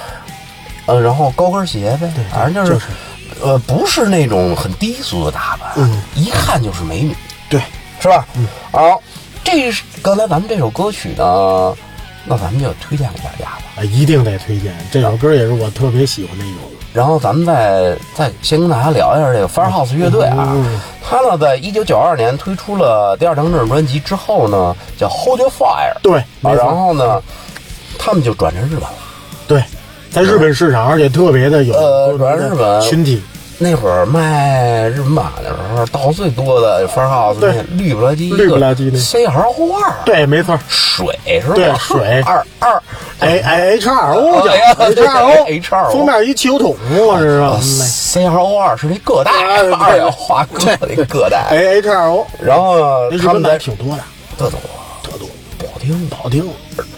[SPEAKER 2] 呃，然后高跟鞋呗，反正就，
[SPEAKER 3] 就是
[SPEAKER 2] 呃，不是那种很低俗的打扮，
[SPEAKER 3] 嗯
[SPEAKER 2] 一看就是美女，
[SPEAKER 3] 对，
[SPEAKER 2] 是吧？嗯，好，这是刚才咱们这首歌曲呢，那咱们就推荐给大家吧。
[SPEAKER 3] 啊，一定得推荐这首歌，也是我特别喜欢的一首歌。
[SPEAKER 2] 然后咱们再再先跟大家聊一下这个 Firehouse 乐队啊，
[SPEAKER 3] 嗯
[SPEAKER 2] 他呢在一九九二年推出了第二张这张专辑之后呢，叫 Hold Your Fire，
[SPEAKER 3] 对
[SPEAKER 2] 啊
[SPEAKER 3] 没错
[SPEAKER 2] 然后呢，他们就转战日本了。
[SPEAKER 3] 对，在日本市场，而且特别的有
[SPEAKER 2] 呃主要是日本
[SPEAKER 3] 群体，
[SPEAKER 2] 那会儿卖日本版的时候，到最多的 Firehouse
[SPEAKER 3] 对
[SPEAKER 2] 那绿不拉几一个，
[SPEAKER 3] 绿不拉几的
[SPEAKER 2] C R O 二，，
[SPEAKER 3] 对，没错，
[SPEAKER 2] 水是吧？
[SPEAKER 3] 对水
[SPEAKER 2] 二二，
[SPEAKER 3] 哎哎，H 二 O 叫
[SPEAKER 2] 哎呀
[SPEAKER 3] H 二 O
[SPEAKER 2] H 二 O
[SPEAKER 3] 封面一汽油桶，我知
[SPEAKER 2] 啊
[SPEAKER 3] 道。
[SPEAKER 2] C R O 二是那个带，
[SPEAKER 3] 啊对
[SPEAKER 2] 二氧化铬那个带。
[SPEAKER 3] 哎 H 二 O，
[SPEAKER 2] 然后呢
[SPEAKER 3] 那日
[SPEAKER 2] 他们
[SPEAKER 3] 本版
[SPEAKER 2] 在
[SPEAKER 3] 挺多的，
[SPEAKER 2] 特多，
[SPEAKER 3] 特多，
[SPEAKER 2] 不好听的，
[SPEAKER 3] 好听，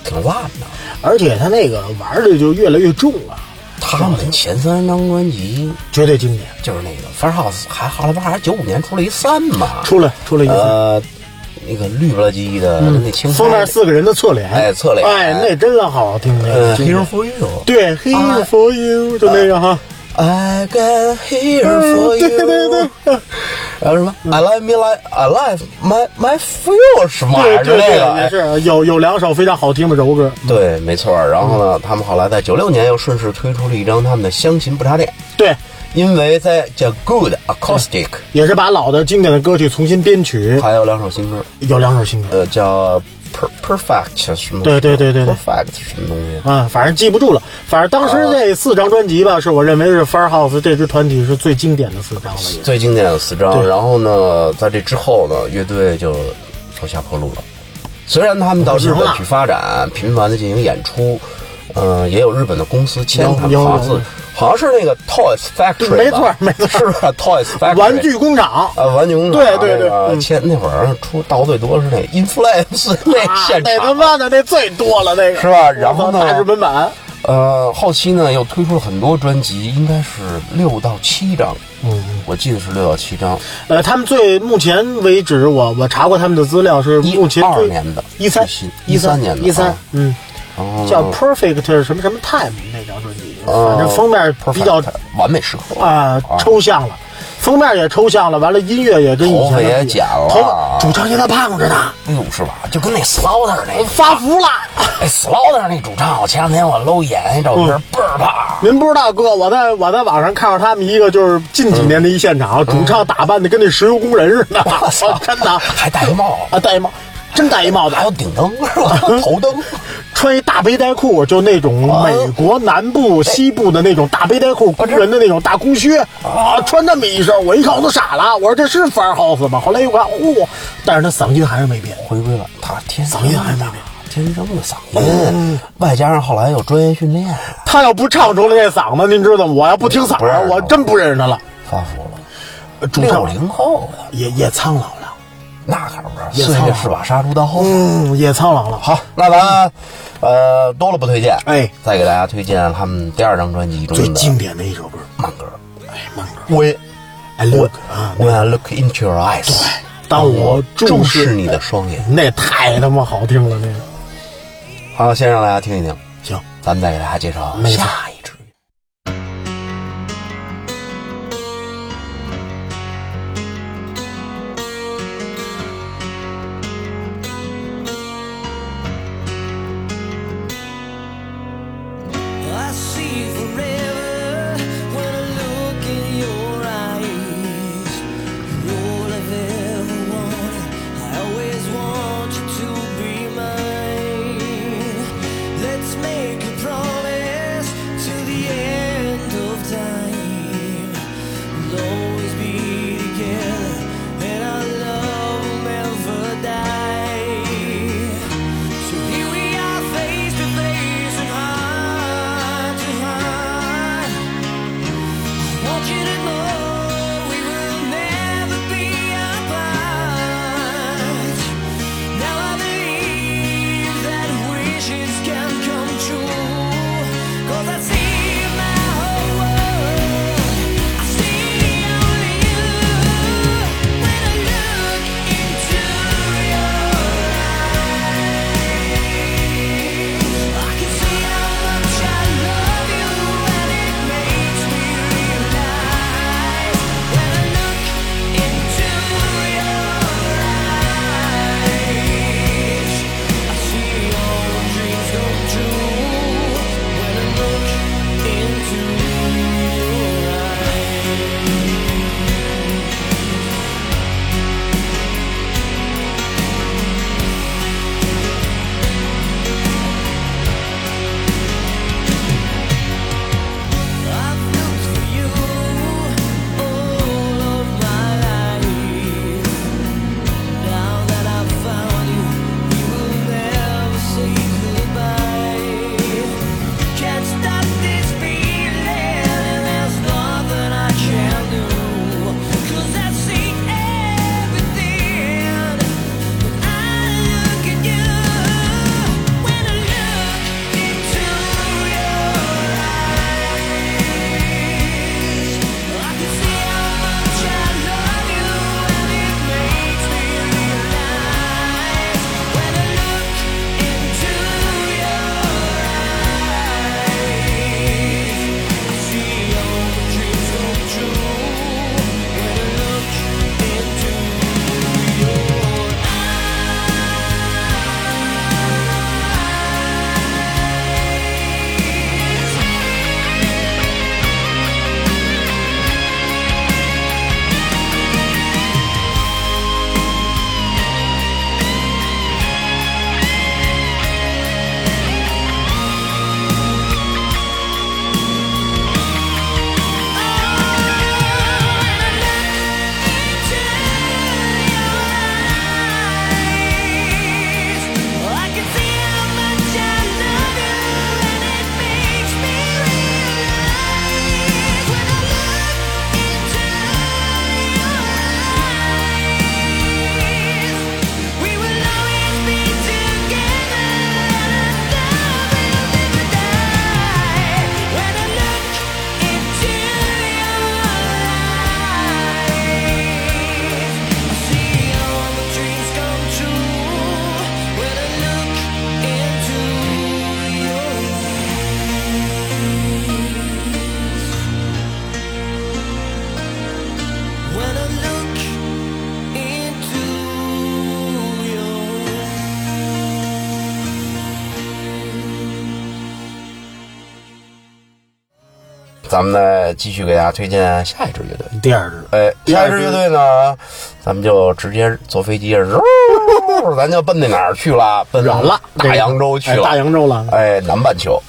[SPEAKER 2] 挺烂的。
[SPEAKER 3] 而且他那个玩的就越来越重了，
[SPEAKER 2] 他们前三张专辑
[SPEAKER 3] 绝对经典。
[SPEAKER 2] 就是那个 Firehouse，还后来不是还九五年出了一三嘛？
[SPEAKER 3] 出来出来一次，
[SPEAKER 2] 呃，那个绿不拉几的那青
[SPEAKER 3] 封面
[SPEAKER 2] 菜，
[SPEAKER 3] 四个人的侧脸，
[SPEAKER 2] 哎侧脸
[SPEAKER 3] 哎，那真好听，那
[SPEAKER 2] 呃
[SPEAKER 3] 个经典
[SPEAKER 2] Here for You。
[SPEAKER 3] 对黑
[SPEAKER 2] 啊
[SPEAKER 3] 佛音就那个哈，
[SPEAKER 2] I got here
[SPEAKER 3] 嗯
[SPEAKER 2] for you，
[SPEAKER 3] 对对对，嗯
[SPEAKER 2] 然后什么 I love me like I love my my feel 什么玩意
[SPEAKER 3] 对
[SPEAKER 2] 儿之
[SPEAKER 3] 对
[SPEAKER 2] 类的，
[SPEAKER 3] 对，
[SPEAKER 2] 哎
[SPEAKER 3] 也是有有两首非常好听的柔歌，
[SPEAKER 2] 对，没错儿。然后
[SPEAKER 3] 嗯
[SPEAKER 2] 呢，他们后来在九六年又顺势推出了一张他们的《相信不插电》，
[SPEAKER 3] 对，
[SPEAKER 2] 因为在叫 Good Acoustic，
[SPEAKER 3] 也是把老的经典的歌曲重新编曲，
[SPEAKER 2] 还有两首新歌，
[SPEAKER 3] 有两首新歌
[SPEAKER 2] 呃，叫 Per Perfect 什么？
[SPEAKER 3] 对对对对对
[SPEAKER 2] ，Perfect 什么东西？
[SPEAKER 3] 啊，反正记不住了。反正当时这四张专辑吧，是我认为是 Firehouse 这支团体是最经典的四张了也。
[SPEAKER 2] 最经典的四张。
[SPEAKER 3] 对
[SPEAKER 2] 然后呢，在这之后呢，乐队就走下坡路了。虽然他们到日本去发
[SPEAKER 3] 嗯
[SPEAKER 2] 展，频繁的进行演出，呃，也有日本的公司签他们，
[SPEAKER 3] 有有
[SPEAKER 2] 好像是
[SPEAKER 3] 有
[SPEAKER 2] 好像是那个 Toys Factory，
[SPEAKER 3] 没
[SPEAKER 2] 吧
[SPEAKER 3] 错没错
[SPEAKER 2] 是不是 Toys Factory？
[SPEAKER 3] 玩具工厂
[SPEAKER 2] 呃，玩具工厂
[SPEAKER 3] 对对对
[SPEAKER 2] 那个
[SPEAKER 3] 嗯
[SPEAKER 2] 签那会儿出到最多是那 Inflames 那
[SPEAKER 3] 啊
[SPEAKER 2] 哎现
[SPEAKER 3] 那他
[SPEAKER 2] 场。
[SPEAKER 3] 妈的那最多了，那个
[SPEAKER 2] 是吧然后呢
[SPEAKER 3] 大日本版，
[SPEAKER 2] 呃，后期呢又推出了很多专辑，应该是六到七张，嗯，我记得是六到七张。
[SPEAKER 3] 呃，他们最目前为止，我我查过他们的资料是
[SPEAKER 2] 一
[SPEAKER 3] 目前
[SPEAKER 2] 二
[SPEAKER 3] 最
[SPEAKER 2] 年的
[SPEAKER 3] 一三
[SPEAKER 2] 最新
[SPEAKER 3] 一
[SPEAKER 2] 13年的
[SPEAKER 3] 一三
[SPEAKER 2] 啊哦
[SPEAKER 3] 嗯。
[SPEAKER 2] 然后呢
[SPEAKER 3] 叫 Perfect 什么什么 Time 那张专辑，
[SPEAKER 2] 呃
[SPEAKER 3] 反正封面比较
[SPEAKER 2] perfect，完美时刻
[SPEAKER 3] 啊抽象了，封面也抽象了，完了音乐也跟以前
[SPEAKER 2] 头发
[SPEAKER 3] 的
[SPEAKER 2] 也
[SPEAKER 3] 不一
[SPEAKER 2] 剪
[SPEAKER 3] 样
[SPEAKER 2] 了
[SPEAKER 3] 头主唱现在胖着呢，
[SPEAKER 2] 哎呦，是吧？就跟那 Slaughter 那
[SPEAKER 3] 发 福了。
[SPEAKER 2] 哎 Slaughter 那主唱，我前两天我搂眼那照片
[SPEAKER 3] 嗯
[SPEAKER 2] 倍儿胖，
[SPEAKER 3] 您不知道哥，我在我在网上看过他们一个就是近几年的一现场，主唱打扮的跟那石油工人似的，，
[SPEAKER 2] 嗯我操
[SPEAKER 3] 真的
[SPEAKER 2] 还戴一帽，
[SPEAKER 3] 啊戴一帽，真戴一帽子
[SPEAKER 2] 还，有顶灯是吧？头 灯，
[SPEAKER 3] 穿一大背带裤，就那种美国南部、西部的那种大背带裤，工人的那种大工靴啊，穿那么一身，我一看我都傻了，我说这是 Firehouse 吗？后来一看，嚯！但是他嗓音还是没变，
[SPEAKER 2] 回归了，他天生
[SPEAKER 3] 嗓音还没变。
[SPEAKER 2] 啊天生的嗓
[SPEAKER 3] 嗯
[SPEAKER 2] 音，外加上后来有专业训练，
[SPEAKER 3] 他要不唱出来这嗓子，您知道吗？我要不听嗓
[SPEAKER 2] 不认识
[SPEAKER 3] 子，
[SPEAKER 2] 他
[SPEAKER 3] 我真不认识他了。
[SPEAKER 2] 发福了。
[SPEAKER 3] 呃主
[SPEAKER 2] 六
[SPEAKER 3] 唱
[SPEAKER 2] 零后的
[SPEAKER 3] 也也苍老了，
[SPEAKER 2] 那可不是，
[SPEAKER 3] 也
[SPEAKER 2] 岁
[SPEAKER 3] 苍
[SPEAKER 2] 月
[SPEAKER 3] 老
[SPEAKER 2] 是把杀猪刀。
[SPEAKER 3] 嗯，也苍老了。好，
[SPEAKER 2] 那咱呃多了不推荐，
[SPEAKER 3] 哎
[SPEAKER 2] 再给大家推荐他们第二张专辑中
[SPEAKER 3] 最经
[SPEAKER 2] 的
[SPEAKER 3] 典的一首歌，
[SPEAKER 2] 慢歌。
[SPEAKER 3] 哎，慢歌。
[SPEAKER 2] 我
[SPEAKER 3] 哎，
[SPEAKER 2] 我
[SPEAKER 3] 我啊，
[SPEAKER 2] When I look into your eyes，
[SPEAKER 3] 当我
[SPEAKER 2] 注
[SPEAKER 3] 注
[SPEAKER 2] 视
[SPEAKER 3] 视
[SPEAKER 2] 你的双眼。
[SPEAKER 3] 那太他妈好听了，那个
[SPEAKER 2] 好，先让大家听一听，
[SPEAKER 3] 行。
[SPEAKER 2] 咱们再给大家介绍啊
[SPEAKER 3] 没错
[SPEAKER 2] 下一支。
[SPEAKER 4] I see forever when I look in your eyes. You're all I've ever wanted. I always want you to be mine. Let's make a promise to
[SPEAKER 2] 咱们呢继续给大家推荐下一支乐队。
[SPEAKER 3] 第二支，
[SPEAKER 2] 哎，
[SPEAKER 3] 第
[SPEAKER 2] 下
[SPEAKER 3] 二
[SPEAKER 2] 一
[SPEAKER 3] 支
[SPEAKER 2] 支乐队呢，咱们就直接坐飞 机，嗖咱就奔那哪儿去了？奔
[SPEAKER 3] 远了，这
[SPEAKER 2] 大
[SPEAKER 3] 个
[SPEAKER 2] 洋洲去
[SPEAKER 3] 哎
[SPEAKER 2] 了，
[SPEAKER 3] 大洋洲了。
[SPEAKER 2] 哎，南半球。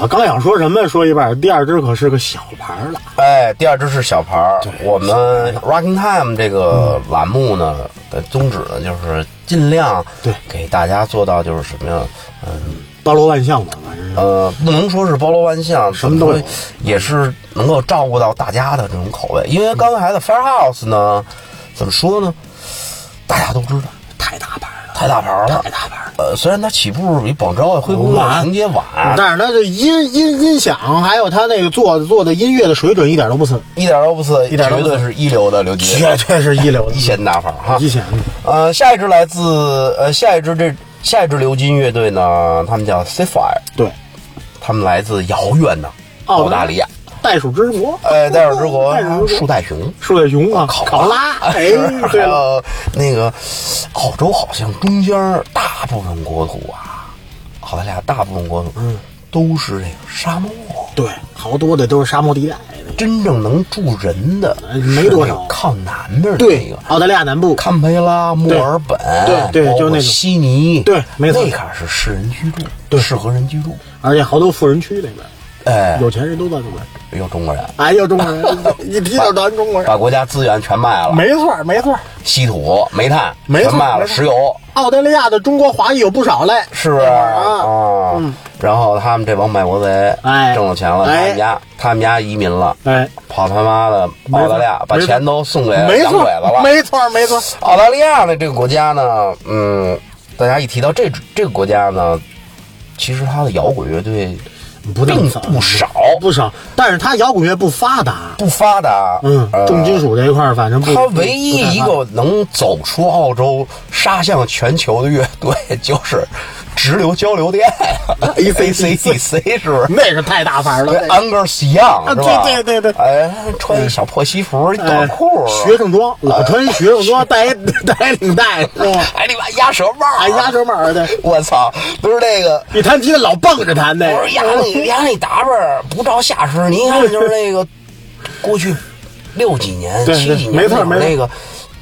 [SPEAKER 3] 我刚想说什么，说一半，第二支可是个小牌了。
[SPEAKER 2] 哎，第二支是小牌儿。我们 Rocking Time 这个栏目呢的宗旨呢，就是尽量
[SPEAKER 3] 对
[SPEAKER 2] 给大家做到就是什么呀？嗯
[SPEAKER 3] 包罗万象吧，反正是
[SPEAKER 2] 呃，不能说是包罗万象，
[SPEAKER 3] 什么都有
[SPEAKER 2] 怎说也是能够照顾到大家的这种口味。因为刚才的 Firehouse 呢，怎么说呢？大家都知道，
[SPEAKER 3] 太大牌了，
[SPEAKER 2] 太大牌儿了
[SPEAKER 3] 太。大牌了。
[SPEAKER 2] 呃，虽然它起步比广州啊、灰姑
[SPEAKER 3] 晚嗯
[SPEAKER 2] 娘情节晚，
[SPEAKER 3] 但是它这音音音响，还有它那个做做的音乐的水准，一点都不 次，
[SPEAKER 2] 一点都不次，
[SPEAKER 3] 一点都
[SPEAKER 2] 绝
[SPEAKER 3] 不次
[SPEAKER 2] 对是一流的刘杰，
[SPEAKER 3] 绝对是一流的
[SPEAKER 2] 一线大牌儿哈。
[SPEAKER 3] 一线。
[SPEAKER 2] 呃，下一支来自呃，下一支这下一支流金乐队呢，他们叫 c f i r e
[SPEAKER 3] 对，
[SPEAKER 2] 他们来自遥远的
[SPEAKER 3] 澳大
[SPEAKER 2] 澳大利亚，
[SPEAKER 3] 袋鼠之国，
[SPEAKER 2] 呃，袋鼠之国
[SPEAKER 3] 哦袋鼠之
[SPEAKER 2] 树
[SPEAKER 3] 国，
[SPEAKER 2] 袋熊。
[SPEAKER 3] 树袋熊啊，考拉， 哎，
[SPEAKER 2] 是还
[SPEAKER 3] 对了，
[SPEAKER 2] 有那个澳洲，好像中间儿大部分国土啊，澳大利亚大部分国土，嗯，都是这个沙漠，
[SPEAKER 3] 对，好多的都是沙漠地带。
[SPEAKER 2] 真正能住人的
[SPEAKER 3] 哎没多少
[SPEAKER 2] 是靠南边儿的那
[SPEAKER 3] 对
[SPEAKER 2] 个，
[SPEAKER 3] 澳大利亚南部，
[SPEAKER 2] 堪培拉、墨尔本，
[SPEAKER 3] 对对
[SPEAKER 2] 包括
[SPEAKER 3] 就那种
[SPEAKER 2] 悉尼，
[SPEAKER 3] 对没错
[SPEAKER 2] 那坎儿是适人居住，适合人居住。
[SPEAKER 3] 而且好多富人区那边，
[SPEAKER 2] 哎，
[SPEAKER 3] 有钱人都在那边。
[SPEAKER 2] 有中国人
[SPEAKER 3] 哎呦，中国 人，一提就咱中国人，
[SPEAKER 2] 把国家资源全卖了，
[SPEAKER 3] 没错儿没错儿。
[SPEAKER 2] 稀土、煤炭
[SPEAKER 3] 没错
[SPEAKER 2] 全卖了，
[SPEAKER 3] 没错
[SPEAKER 2] 石油
[SPEAKER 3] 澳大利亚的中国华裔有不少嘞，
[SPEAKER 2] 是不是
[SPEAKER 3] 啊？
[SPEAKER 2] 啊？然后他们这帮卖国贼，
[SPEAKER 3] 哎
[SPEAKER 2] 挣了钱了，他
[SPEAKER 3] 哎
[SPEAKER 2] 们家他们家移民了，
[SPEAKER 3] 哎，
[SPEAKER 2] 跑他妈的
[SPEAKER 3] 没
[SPEAKER 2] 澳
[SPEAKER 3] 错
[SPEAKER 2] 大利亚，把
[SPEAKER 3] 没错
[SPEAKER 2] 钱都送给
[SPEAKER 3] 没
[SPEAKER 2] 洋
[SPEAKER 3] 错
[SPEAKER 2] 鬼子了
[SPEAKER 3] 儿，。没错儿没错儿，
[SPEAKER 2] 澳大利亚呢这个国家呢，嗯，大家一提到这这个国家呢，其实它的摇滚乐队
[SPEAKER 3] 不那
[SPEAKER 2] 并
[SPEAKER 3] 么少
[SPEAKER 2] 不少，
[SPEAKER 3] 不少，但是它摇滚乐不发达，
[SPEAKER 2] 不发达。
[SPEAKER 3] 嗯，
[SPEAKER 2] 呃
[SPEAKER 3] 重金。属这一块儿反正不。
[SPEAKER 2] 它唯一一
[SPEAKER 3] 不太发
[SPEAKER 2] 个能走出澳洲、杀向全球的乐队， 就是直流交流 电 ACDC，是不是？
[SPEAKER 3] 那个太大牌儿了，嗯那个啊
[SPEAKER 2] Angus Young 是吧？
[SPEAKER 3] 对对对对
[SPEAKER 2] 哎，穿一小破西服、一短裤，
[SPEAKER 3] 哎学生装，老穿学生装，带一带一领 带，是吧？
[SPEAKER 2] 哎，你妈鸭舌帽，
[SPEAKER 3] 哎，压轴帽儿的，
[SPEAKER 2] 我操，不是那个。
[SPEAKER 3] 一弹吉他老蹦着弹那
[SPEAKER 2] 我说呀，你呀，你打扮儿不着下身，你一看就是那 个过去六几年、
[SPEAKER 3] 对
[SPEAKER 2] 七
[SPEAKER 3] 对
[SPEAKER 2] 几年
[SPEAKER 3] 没错
[SPEAKER 2] 那会儿
[SPEAKER 3] 没错
[SPEAKER 2] 那个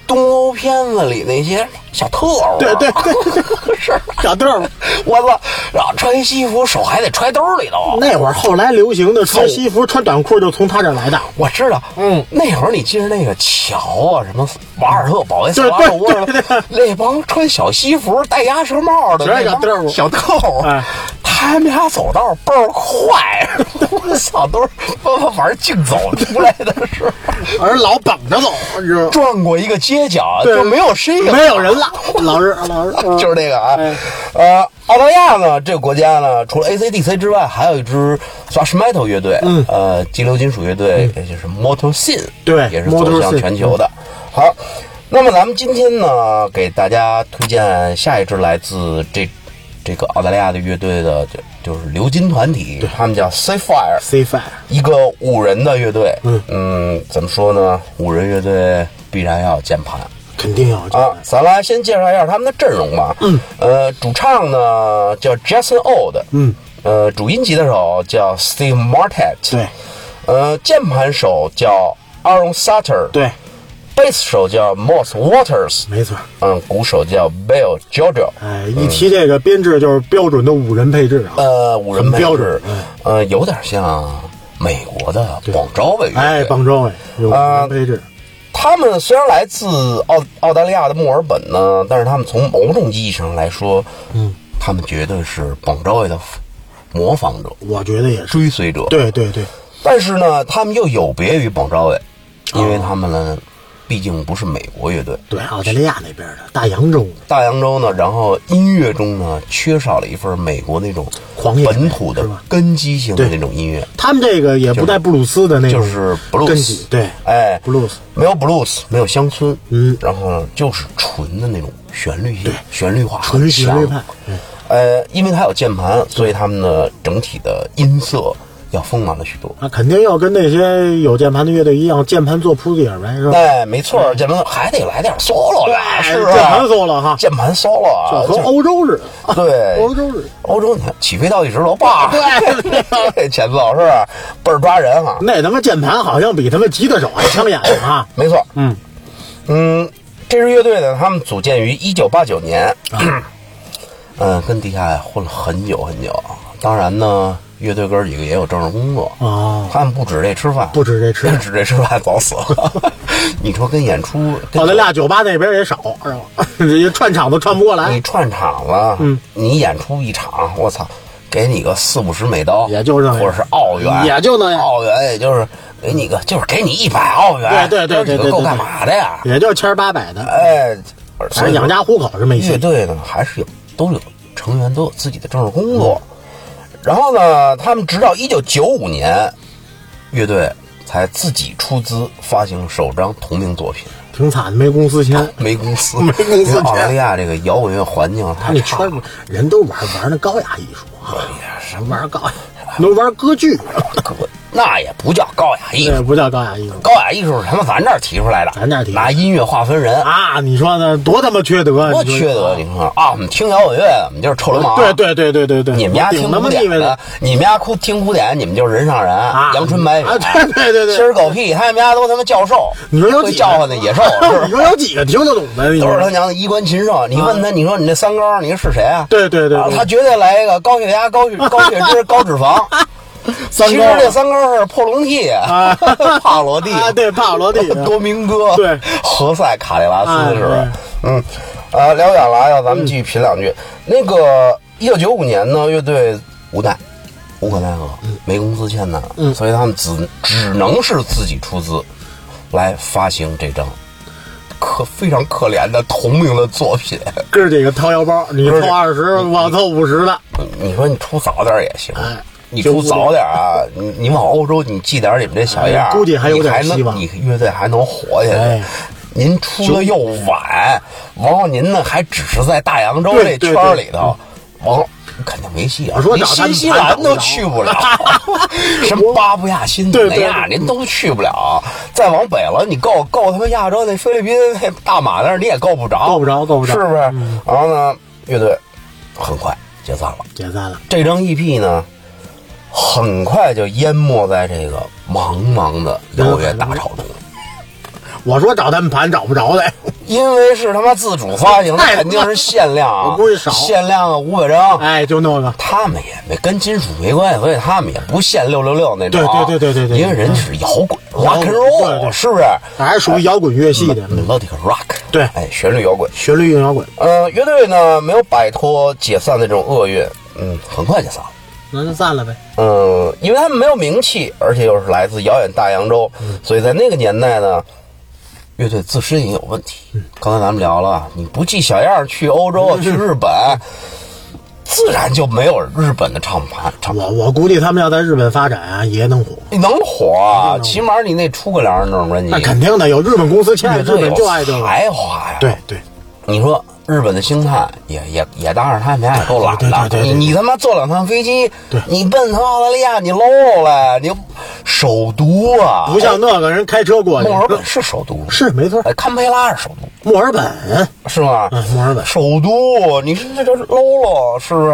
[SPEAKER 2] 东欧片子里那些小特务，
[SPEAKER 3] 对对对，
[SPEAKER 2] 是
[SPEAKER 3] 小豆儿。
[SPEAKER 2] 我操，然后穿一西服，手还得揣兜里 头。啊
[SPEAKER 3] 那会儿后来流行的穿西服、穿短裤就从他这儿来的。
[SPEAKER 2] 我知道，嗯，那会儿你记着那个乔啊，什么瓦尔特、保卫斯
[SPEAKER 3] 对
[SPEAKER 2] 瓦
[SPEAKER 3] 对
[SPEAKER 2] 罗什
[SPEAKER 3] 对
[SPEAKER 2] 么
[SPEAKER 3] 对，
[SPEAKER 2] 那帮穿小西服、戴鸭舌帽的
[SPEAKER 3] 全是
[SPEAKER 2] 那帮
[SPEAKER 3] 小特务
[SPEAKER 2] 小特务
[SPEAKER 3] 哎，
[SPEAKER 2] 他们家走道倍儿快，我操，都是他妈玩竞走出来的是，
[SPEAKER 3] 而老绑着走，你知道吗
[SPEAKER 2] 转过一个街角
[SPEAKER 3] 对
[SPEAKER 2] 就没有声音了，
[SPEAKER 3] 没有人了，老师老 师，嗯
[SPEAKER 2] 就是这个啊
[SPEAKER 3] 哎，
[SPEAKER 2] 呃，澳大利亚呢这个国家呢，除了 AC/DC 之外，还有一支 thrash metal 乐队，嗯，呃，激流金属乐队，也就是 Motor Sin，
[SPEAKER 3] 嗯对
[SPEAKER 2] 也是走
[SPEAKER 3] Motor
[SPEAKER 2] 向
[SPEAKER 3] Sin，嗯
[SPEAKER 2] 全球的。好，那么咱们今天呢，给大家推荐下一支来自这这个澳大利亚的乐队的，就就是流金团体，他们叫 Sea Fire，
[SPEAKER 3] C Five
[SPEAKER 2] 一个五人的乐队。嗯嗯，怎么说呢？五人乐队必然要有键盘。
[SPEAKER 3] 肯定要这
[SPEAKER 2] 啊
[SPEAKER 3] 样，
[SPEAKER 2] 咱来先介绍一下他们的阵容吧。嗯，呃，主唱呢叫 Jason Old，嗯，呃，主音吉他手叫 Steve Martet，
[SPEAKER 3] 对，
[SPEAKER 2] 呃，键盘手叫 Aaron Sutter，，
[SPEAKER 3] 对，
[SPEAKER 2] 贝斯手叫 Moss Waters，
[SPEAKER 3] 没错。
[SPEAKER 2] 嗯，鼓手叫 Bill Jojo，
[SPEAKER 3] 哎，一提这个编制就是标准的五人配置啊。
[SPEAKER 2] 呃，五人配
[SPEAKER 3] 很标
[SPEAKER 2] 置
[SPEAKER 3] 准，嗯
[SPEAKER 2] 呃，有点像美国的广州卫乐队，
[SPEAKER 3] 哎，邦周哎，有五
[SPEAKER 2] 啊
[SPEAKER 3] 人配置，
[SPEAKER 2] 他们虽然来自澳澳大利亚的墨尔本呢，但是他们从某种意义上来说，嗯，他们绝对是广州的模仿者、
[SPEAKER 3] 我觉得也是。
[SPEAKER 2] 追随者。，
[SPEAKER 3] 对对对，
[SPEAKER 2] 但是呢，他们又有别于广州卫，
[SPEAKER 3] 啊
[SPEAKER 2] 因为他们呢，毕竟不是美国乐队。
[SPEAKER 3] 对，澳大利亚那边的大洋洲的
[SPEAKER 2] 大洋洲呢，然后音乐中呢，缺少了一份美国那种
[SPEAKER 3] 狂野
[SPEAKER 2] 本土的
[SPEAKER 3] 是吧
[SPEAKER 2] 根基性的
[SPEAKER 3] 对
[SPEAKER 2] 那种音乐，
[SPEAKER 3] 他们这个也不带布鲁斯的那种，
[SPEAKER 2] 就是
[SPEAKER 3] 嗯根
[SPEAKER 2] blues
[SPEAKER 3] 基。。对，
[SPEAKER 2] 哎
[SPEAKER 3] 布鲁斯
[SPEAKER 2] 没有 blues，没有乡村，
[SPEAKER 3] 嗯
[SPEAKER 2] 然后呢，就是纯的那种旋律性
[SPEAKER 3] 对，
[SPEAKER 2] 旋律化，
[SPEAKER 3] 纯旋律派。。嗯
[SPEAKER 2] 呃，因为它有键盘，所以他们的整体的音色要丰满了许多。
[SPEAKER 3] 那啊肯定要跟那些有键盘的乐队一样，键盘做铺子底儿呗，是吧？
[SPEAKER 2] 哎，没错儿，键盘还得来点 solo 呀，
[SPEAKER 3] 对
[SPEAKER 2] 是
[SPEAKER 3] 键
[SPEAKER 2] 吧？
[SPEAKER 3] 盘 solo 哈
[SPEAKER 2] 键盘 solo 啊，
[SPEAKER 3] 就和欧洲似的。啊
[SPEAKER 2] 对，
[SPEAKER 3] 欧洲人，
[SPEAKER 2] 欧洲，你看起飞到一直 楼吧，对， 这前奏是吧倍儿抓人啊，
[SPEAKER 3] 那他妈键盘好像比他妈吉他手还抢眼啊！
[SPEAKER 2] 没错，
[SPEAKER 3] 嗯
[SPEAKER 2] 嗯，这支乐队呢，他们组建于一九八九年，
[SPEAKER 3] 啊
[SPEAKER 2] 嗯，跟地下混了很久很久，当然呢，乐队哥几个也有正式工作
[SPEAKER 3] 哦
[SPEAKER 2] 他们不止这吃饭，
[SPEAKER 3] 不止这吃
[SPEAKER 2] 不止这吃饭，早死了， 你说跟演出，跟
[SPEAKER 3] 澳大利亚酒吧那边也少，是吧？ 人家串场都串不过
[SPEAKER 2] 你
[SPEAKER 3] 来，
[SPEAKER 2] 串场了，
[SPEAKER 3] 嗯
[SPEAKER 2] 你演出一场，我操，给你个四五十美刀，
[SPEAKER 3] 也就那样
[SPEAKER 2] 或者是澳元，
[SPEAKER 3] 也就那样
[SPEAKER 2] 澳元也就是给你个，就是给你一百澳元，
[SPEAKER 3] 对对对对
[SPEAKER 2] 这
[SPEAKER 3] 对
[SPEAKER 2] 够
[SPEAKER 3] 对
[SPEAKER 2] 干嘛的呀？
[SPEAKER 3] 也就千儿八百的，
[SPEAKER 2] 哎，所
[SPEAKER 3] 反
[SPEAKER 2] 以
[SPEAKER 3] 正养家糊口是没
[SPEAKER 2] 乐
[SPEAKER 3] 戏。
[SPEAKER 2] 队呢，还是有都有成员都有自己的正式工作，然后呢，他们直到一九九五年，乐队才自己出资发行首张同名作品。
[SPEAKER 3] 挺惨的，没公司钱。
[SPEAKER 2] 没公司，
[SPEAKER 3] 没公司
[SPEAKER 2] 因为澳大
[SPEAKER 3] 钱
[SPEAKER 2] 利亚这个摇滚乐环境
[SPEAKER 3] 他
[SPEAKER 2] 太
[SPEAKER 3] 那
[SPEAKER 2] 差
[SPEAKER 3] 圈
[SPEAKER 2] 了。
[SPEAKER 3] 儿人都玩玩那高雅艺术啊，
[SPEAKER 2] 什
[SPEAKER 3] 什么玩高 雅，能玩歌剧，
[SPEAKER 2] 歌，那也不叫高雅艺
[SPEAKER 3] 这
[SPEAKER 2] 术。
[SPEAKER 3] 不叫高雅艺术
[SPEAKER 2] 高雅艺术是他妈咱这儿提出来的，
[SPEAKER 3] 咱这儿提出来
[SPEAKER 2] 拿音乐划分人，
[SPEAKER 3] 啊！你说呢？多他妈缺德啊！
[SPEAKER 2] 多
[SPEAKER 3] 你说
[SPEAKER 2] 缺德！你说啊，我们听摇滚乐的，我们就是臭流氓。
[SPEAKER 3] 对，对对对对对，
[SPEAKER 2] 你们家
[SPEAKER 3] 顶
[SPEAKER 2] 听
[SPEAKER 3] 他
[SPEAKER 2] 古
[SPEAKER 3] 妈地
[SPEAKER 2] 典
[SPEAKER 3] 位
[SPEAKER 2] 的
[SPEAKER 3] 的，，
[SPEAKER 2] 你们家哭听古典，你们就是人上人，
[SPEAKER 3] 啊
[SPEAKER 2] 阳春白雪
[SPEAKER 3] 啊对对对对
[SPEAKER 2] 心儿狗屁，他们家都他妈教授，
[SPEAKER 3] 你说有
[SPEAKER 2] 会
[SPEAKER 3] 几个
[SPEAKER 2] 叫唤的野兽，是不是？
[SPEAKER 3] 你 说有几个听得懂的？你
[SPEAKER 2] 都
[SPEAKER 3] 说
[SPEAKER 2] 是他娘的衣冠禽兽。你问他，你说你那三高，你是谁啊？
[SPEAKER 3] 对对对
[SPEAKER 2] 啊
[SPEAKER 3] 对
[SPEAKER 2] 他绝对来一个高血压、高血高血脂、高脂 肪。
[SPEAKER 3] 三
[SPEAKER 2] 其实
[SPEAKER 3] 高啊
[SPEAKER 2] 这三高是破龙屉、
[SPEAKER 3] 啊
[SPEAKER 2] 帕罗蒂
[SPEAKER 3] 啊，对帕瓦罗蒂
[SPEAKER 2] 多明哥、
[SPEAKER 3] 对
[SPEAKER 2] 何塞、卡列拉斯是吧
[SPEAKER 3] 哎？
[SPEAKER 2] 嗯，啊，聊远了啊，要咱们继续品两句。那个一九九五年呢，乐队无奈。无可奈何，没公司欠呢，
[SPEAKER 3] 嗯
[SPEAKER 2] 所以他们只只能是自己出资来发行这张可非常可怜的同名的作品。
[SPEAKER 3] 哥儿几个掏腰包，你
[SPEAKER 2] 哥儿几
[SPEAKER 3] 凑二十，
[SPEAKER 2] 嗯
[SPEAKER 3] 我凑五十的，
[SPEAKER 2] 你说你出早点儿也行
[SPEAKER 3] 哎，
[SPEAKER 2] 你出早点儿啊，你你往欧洲你寄点儿你们这小样儿，
[SPEAKER 3] 哎估计还有点希望
[SPEAKER 2] 你还能你乐队还能活下去
[SPEAKER 3] 哎。
[SPEAKER 2] 您出的又晚，然后您呢还只是在大洋洲这
[SPEAKER 3] 对
[SPEAKER 2] 圈儿里头，完肯定没戏啊！
[SPEAKER 3] 我说
[SPEAKER 2] 你
[SPEAKER 3] 找他
[SPEAKER 2] 新
[SPEAKER 3] 们
[SPEAKER 2] 西
[SPEAKER 3] 谈
[SPEAKER 2] 兰
[SPEAKER 3] 找
[SPEAKER 2] 都
[SPEAKER 3] 不着
[SPEAKER 2] 去不 了，什么巴布亚新几
[SPEAKER 3] 对
[SPEAKER 2] 内
[SPEAKER 3] 对
[SPEAKER 2] 亚您都去不了，再往北了你够够他妈亚洲那菲律宾那大马那儿你也够不着，
[SPEAKER 3] 够不着够不着嗯
[SPEAKER 2] 是不是？然后呢，乐队很快解散了。
[SPEAKER 3] 解散了。
[SPEAKER 2] 这张 EP 呢，很快就淹没在这个茫茫的摇滚乐大潮中，
[SPEAKER 3] 我说找他们盘找不着的，
[SPEAKER 2] 因为是他妈自主发 行的，
[SPEAKER 3] 太
[SPEAKER 2] 肯定是限量啊，
[SPEAKER 3] 我估计少
[SPEAKER 2] 限量啊五百张。
[SPEAKER 3] 哎，就那个
[SPEAKER 2] 他们也没跟金属没关系，所以他们也不限六六六那种啊。
[SPEAKER 3] 对对对对对对
[SPEAKER 2] 因为人是摇滚
[SPEAKER 3] 摇
[SPEAKER 2] ，rock
[SPEAKER 3] 滚
[SPEAKER 2] and
[SPEAKER 3] 对
[SPEAKER 2] roll，
[SPEAKER 3] 对
[SPEAKER 2] 是不是
[SPEAKER 3] 还是属于摇滚乐系
[SPEAKER 2] 嗯
[SPEAKER 3] 的，
[SPEAKER 2] ？melodic rock，
[SPEAKER 3] 对
[SPEAKER 2] 哎，旋律摇滚。
[SPEAKER 3] 旋律摇滚。
[SPEAKER 2] 呃，乐队呢没有摆脱解散的这种厄运，嗯，很快解散了。
[SPEAKER 3] 那就散了呗。
[SPEAKER 2] 嗯，因为他们没有名气，而且又是来自遥远大洋洲，
[SPEAKER 3] 嗯
[SPEAKER 2] 所以在那个年代呢，乐队自身也有问
[SPEAKER 3] 嗯
[SPEAKER 2] 题。刚才咱们聊了，你不系小样儿去欧洲、啊去日本，
[SPEAKER 3] 嗯
[SPEAKER 2] 自然就没有日本的唱盘唱。
[SPEAKER 3] 我我估计他们要在日本发展啊，也能火。
[SPEAKER 2] 你能火啊？起码你得出个两三张专辑。
[SPEAKER 3] 那肯定的，有日本公司欠
[SPEAKER 2] 乐
[SPEAKER 3] 日
[SPEAKER 2] 队
[SPEAKER 3] 本
[SPEAKER 2] 有
[SPEAKER 3] 就爱这个。
[SPEAKER 2] 才华呀！
[SPEAKER 3] 对，对，
[SPEAKER 2] 你说日本的星探也也也当然他们家也够懒
[SPEAKER 3] 对
[SPEAKER 2] 的，
[SPEAKER 3] 对对对对
[SPEAKER 2] 你你他妈坐两趟飞机
[SPEAKER 3] 对，
[SPEAKER 2] 你奔他妈澳大利亚，你搂来，你首都啊，
[SPEAKER 3] 不像那个人开车过去。
[SPEAKER 2] 墨尔本是首都，
[SPEAKER 3] 是没错，
[SPEAKER 2] 哎，堪培拉是首都，
[SPEAKER 3] 墨尔本
[SPEAKER 2] 是吗？
[SPEAKER 3] 嗯墨尔本
[SPEAKER 2] 首都，你是这这喽喽，是不是？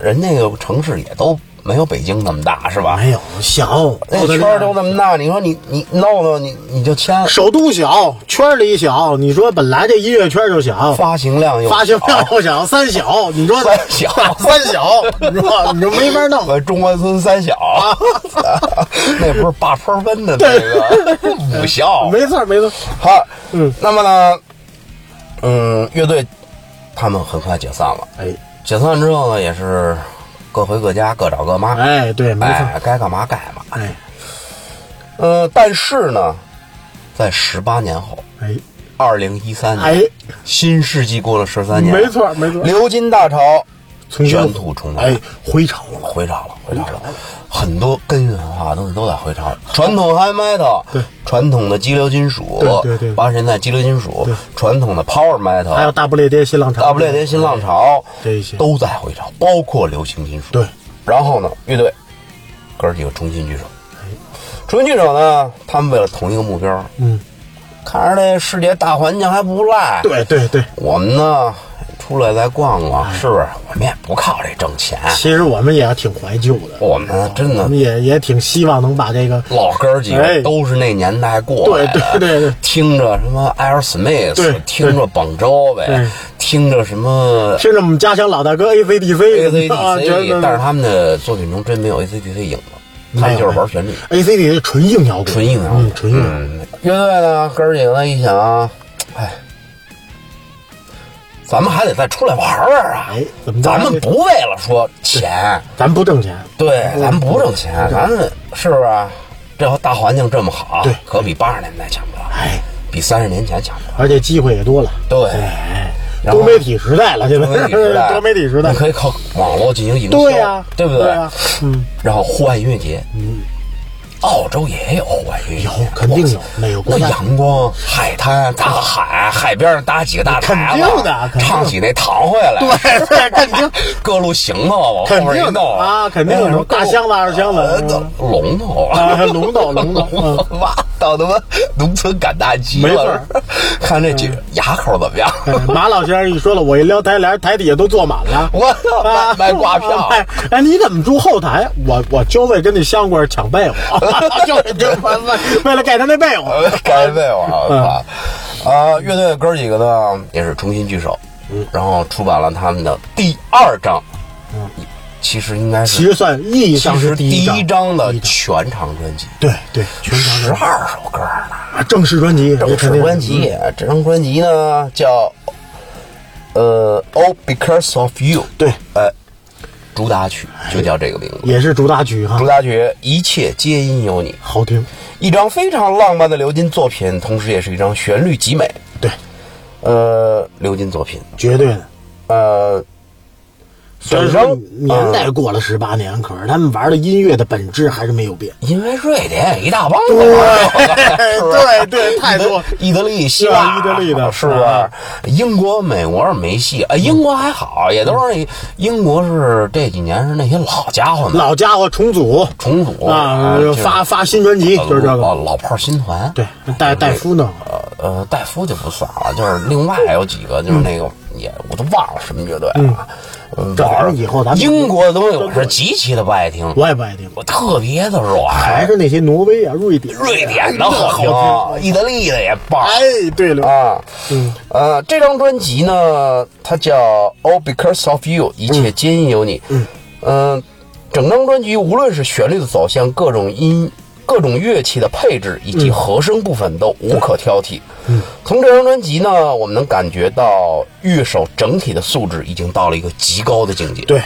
[SPEAKER 2] 人那个城市也都没有北京那么大，是吧？
[SPEAKER 3] 没有哎小，
[SPEAKER 2] 那
[SPEAKER 3] 澳大利
[SPEAKER 2] 哎圈
[SPEAKER 3] 亚
[SPEAKER 2] 儿都那么大，你说你你闹闹你你就签，
[SPEAKER 3] 首都小，圈儿里小。你说本来这音乐圈就小，
[SPEAKER 2] 发行量又
[SPEAKER 3] 发行量
[SPEAKER 2] 小
[SPEAKER 3] 又小，三小，你说
[SPEAKER 2] 三小
[SPEAKER 3] 三小，你说你说没法弄。
[SPEAKER 2] 我中关村三 小，那不是八坡分的那个五校，
[SPEAKER 3] 没错没错，
[SPEAKER 2] 好，
[SPEAKER 3] 嗯，
[SPEAKER 2] 那么呢，嗯，乐队他们很快解散了。
[SPEAKER 3] 哎
[SPEAKER 2] 解散之后呢，也是各回各家，各找各妈，哎，
[SPEAKER 3] 哎对没错，
[SPEAKER 2] 该干嘛干嘛。
[SPEAKER 3] 哎
[SPEAKER 2] 嗯、但是呢，在十八年后，
[SPEAKER 3] 哎
[SPEAKER 2] 二零一三年，
[SPEAKER 3] 哎，
[SPEAKER 2] 新世纪过了十三年，
[SPEAKER 3] 没，错没错，
[SPEAKER 2] 流金大潮
[SPEAKER 3] 重新
[SPEAKER 2] 卷土重来
[SPEAKER 3] 哎回潮了，
[SPEAKER 2] 回潮了，回潮了，很多根源文化东西都在回潮了。传统 high metal，
[SPEAKER 3] 对，
[SPEAKER 2] 传统的激流金属，
[SPEAKER 3] 对对对
[SPEAKER 2] 八十年代激流金属，传统的 power
[SPEAKER 3] 还有
[SPEAKER 2] metal，
[SPEAKER 3] 大不列颠新浪潮，
[SPEAKER 2] 大不列颠新浪潮，
[SPEAKER 3] 这一些
[SPEAKER 2] 都在回潮，包括流行金属。
[SPEAKER 3] 对，
[SPEAKER 2] 然后呢，乐队哥儿几个重新聚首。重新聚首呢，他们为了同一个目标，嗯，看着这世界大环境还不赖，
[SPEAKER 3] 对哎对对，
[SPEAKER 2] 我们呢出来再逛逛，是不是？我们也不靠这挣钱，
[SPEAKER 3] 其实我们也挺怀旧的，
[SPEAKER 2] 我们真
[SPEAKER 3] 我
[SPEAKER 2] 的
[SPEAKER 3] 们也也挺希望能把这个
[SPEAKER 2] 老哥儿几
[SPEAKER 3] 哎
[SPEAKER 2] 个都是那年代过来的，
[SPEAKER 3] 对对对对
[SPEAKER 2] 听着什么 Air
[SPEAKER 3] 对
[SPEAKER 2] Smith，
[SPEAKER 3] 对
[SPEAKER 2] 听着邦乔呗
[SPEAKER 3] 对，
[SPEAKER 2] 听着什么
[SPEAKER 3] 听着我们家乡老大哥 A C D C 啊
[SPEAKER 2] ACDC，、但是
[SPEAKER 3] 他
[SPEAKER 2] 他们的作品中真没有 ACDC 影子，他们就是玩旋律，
[SPEAKER 3] A C D 纯硬摇滚，
[SPEAKER 2] 纯硬摇滚
[SPEAKER 3] 嗯，纯硬摇滚。
[SPEAKER 2] 嗯，乐队呢，哥儿几个呢一想，哎，咱们还得再出来玩玩啊！
[SPEAKER 3] 哎怎么着
[SPEAKER 2] 咱们不为了说钱，
[SPEAKER 3] 咱不挣钱，
[SPEAKER 2] 对，咱们不挣钱，咱们是不是？这大环境这么好
[SPEAKER 3] 对，
[SPEAKER 2] 可比八十年代强不了，
[SPEAKER 3] 哎，
[SPEAKER 2] 比三十年前强不了。
[SPEAKER 3] 而且机会也多了，哎
[SPEAKER 2] 对，然后
[SPEAKER 3] 多媒体时代了，现在
[SPEAKER 2] 多媒体时代，
[SPEAKER 3] 多媒体时代
[SPEAKER 2] 你，可以靠网络进行营销，
[SPEAKER 3] 对呀，
[SPEAKER 2] 对不
[SPEAKER 3] 对？呀，嗯，
[SPEAKER 2] 然后户外音乐节，嗯，澳洲也有户外音乐节，
[SPEAKER 3] 有肯定有
[SPEAKER 2] 哇塞
[SPEAKER 3] 每个国
[SPEAKER 2] 那
[SPEAKER 3] 家
[SPEAKER 2] 阳光、海滩、大海，海边上搭几个大台子
[SPEAKER 3] 肯定的肯定
[SPEAKER 2] 唱起那堂会来，
[SPEAKER 3] 对对肯定
[SPEAKER 2] 各路行头往后
[SPEAKER 3] 肯
[SPEAKER 2] 面一
[SPEAKER 3] 定的
[SPEAKER 2] 弄
[SPEAKER 3] 啊，肯定
[SPEAKER 2] 哎
[SPEAKER 3] 有大箱子、二箱
[SPEAKER 2] 呃
[SPEAKER 3] 子，
[SPEAKER 2] 龙头
[SPEAKER 3] 嗯 啊，龙斗龙斗，嗯
[SPEAKER 2] 哇，到他妈农村赶大集
[SPEAKER 3] 没错
[SPEAKER 2] 了
[SPEAKER 3] 儿，嗯
[SPEAKER 2] 看这几个牙口怎么 样？
[SPEAKER 3] 哎马老先生一说了，我一撩台帘，台底下都坐满了。
[SPEAKER 2] 我操，
[SPEAKER 3] 啊
[SPEAKER 2] 卖卖挂 票，
[SPEAKER 3] 哎哎，你怎么住后台？我我就为跟那香官抢被 窝，就为为了盖他那被窝。
[SPEAKER 2] 呃该被我操！啊，乐队哥几个呢也是重新聚首，然后出版了他们的第二张，嗯其实应该
[SPEAKER 3] 其
[SPEAKER 2] 是
[SPEAKER 3] 实算意义
[SPEAKER 2] 其
[SPEAKER 3] 上
[SPEAKER 2] 实
[SPEAKER 3] 是
[SPEAKER 2] 第
[SPEAKER 3] 一
[SPEAKER 2] 一张的
[SPEAKER 3] 第一
[SPEAKER 2] 全长专辑，
[SPEAKER 3] 对对，全场
[SPEAKER 2] 十二首歌呢，
[SPEAKER 3] 啊正式专辑，
[SPEAKER 2] 正
[SPEAKER 3] 肯
[SPEAKER 2] 式
[SPEAKER 3] 定
[SPEAKER 2] 专辑，啊这张专辑呢叫呃《All Because of You》，
[SPEAKER 3] 对，
[SPEAKER 2] 呃，主打曲就叫这个名字。
[SPEAKER 3] 也是主打曲哈
[SPEAKER 2] 主，打曲《一切皆因有你》，
[SPEAKER 3] 好听。
[SPEAKER 2] 一张非常浪漫的流金作品，同时也是一张旋律极美，
[SPEAKER 3] 对，
[SPEAKER 2] 呃，流金作品，
[SPEAKER 3] 绝对的。
[SPEAKER 2] 呃，
[SPEAKER 3] 虽然
[SPEAKER 2] 整张
[SPEAKER 3] 说呃年代过了十八年，可是他们玩的音乐的本质还是没有变。
[SPEAKER 2] 因为瑞典有一大帮子玩儿，是不是
[SPEAKER 3] 对对太多
[SPEAKER 2] 啊意大利、希腊、
[SPEAKER 3] 意大利的
[SPEAKER 2] 是不是
[SPEAKER 3] 啊？
[SPEAKER 2] 英国、美国没戏啊，英国还好，也都是英国是这几年是那些老家伙们
[SPEAKER 3] 嗯老家伙重组
[SPEAKER 2] 重组
[SPEAKER 3] 啊，
[SPEAKER 2] 就是
[SPEAKER 3] 发发新专辑就是这
[SPEAKER 2] 老
[SPEAKER 3] 个，
[SPEAKER 2] 老炮儿新团，
[SPEAKER 3] 对，戴戴夫呢？
[SPEAKER 2] 呃呃，戴夫就不算了，就是另外有几个，就是那个也我都忘了什么乐队了。嗯
[SPEAKER 3] 嗯这玩意儿以后咱们
[SPEAKER 2] 英国的东西我是极其的不爱听，
[SPEAKER 3] 我也不爱听，
[SPEAKER 2] 我特别的
[SPEAKER 3] 还
[SPEAKER 2] 软，
[SPEAKER 3] 是那些挪威啊、瑞典、
[SPEAKER 2] 瑞典的
[SPEAKER 3] 那
[SPEAKER 2] 好听，意大利的也棒。
[SPEAKER 3] 哎，对了，
[SPEAKER 2] 啊，嗯，呃，这张专辑呢，它叫《All Because of You》，一切皆因有你。嗯，整张专辑无论是旋律的走向、各种音、各种乐器的配置以
[SPEAKER 3] 嗯
[SPEAKER 2] 及和声部分都无可挑剔。嗯，从这张专辑呢，我们能感觉到乐手整体的素质已经到了一个极高的境界。，
[SPEAKER 3] 对，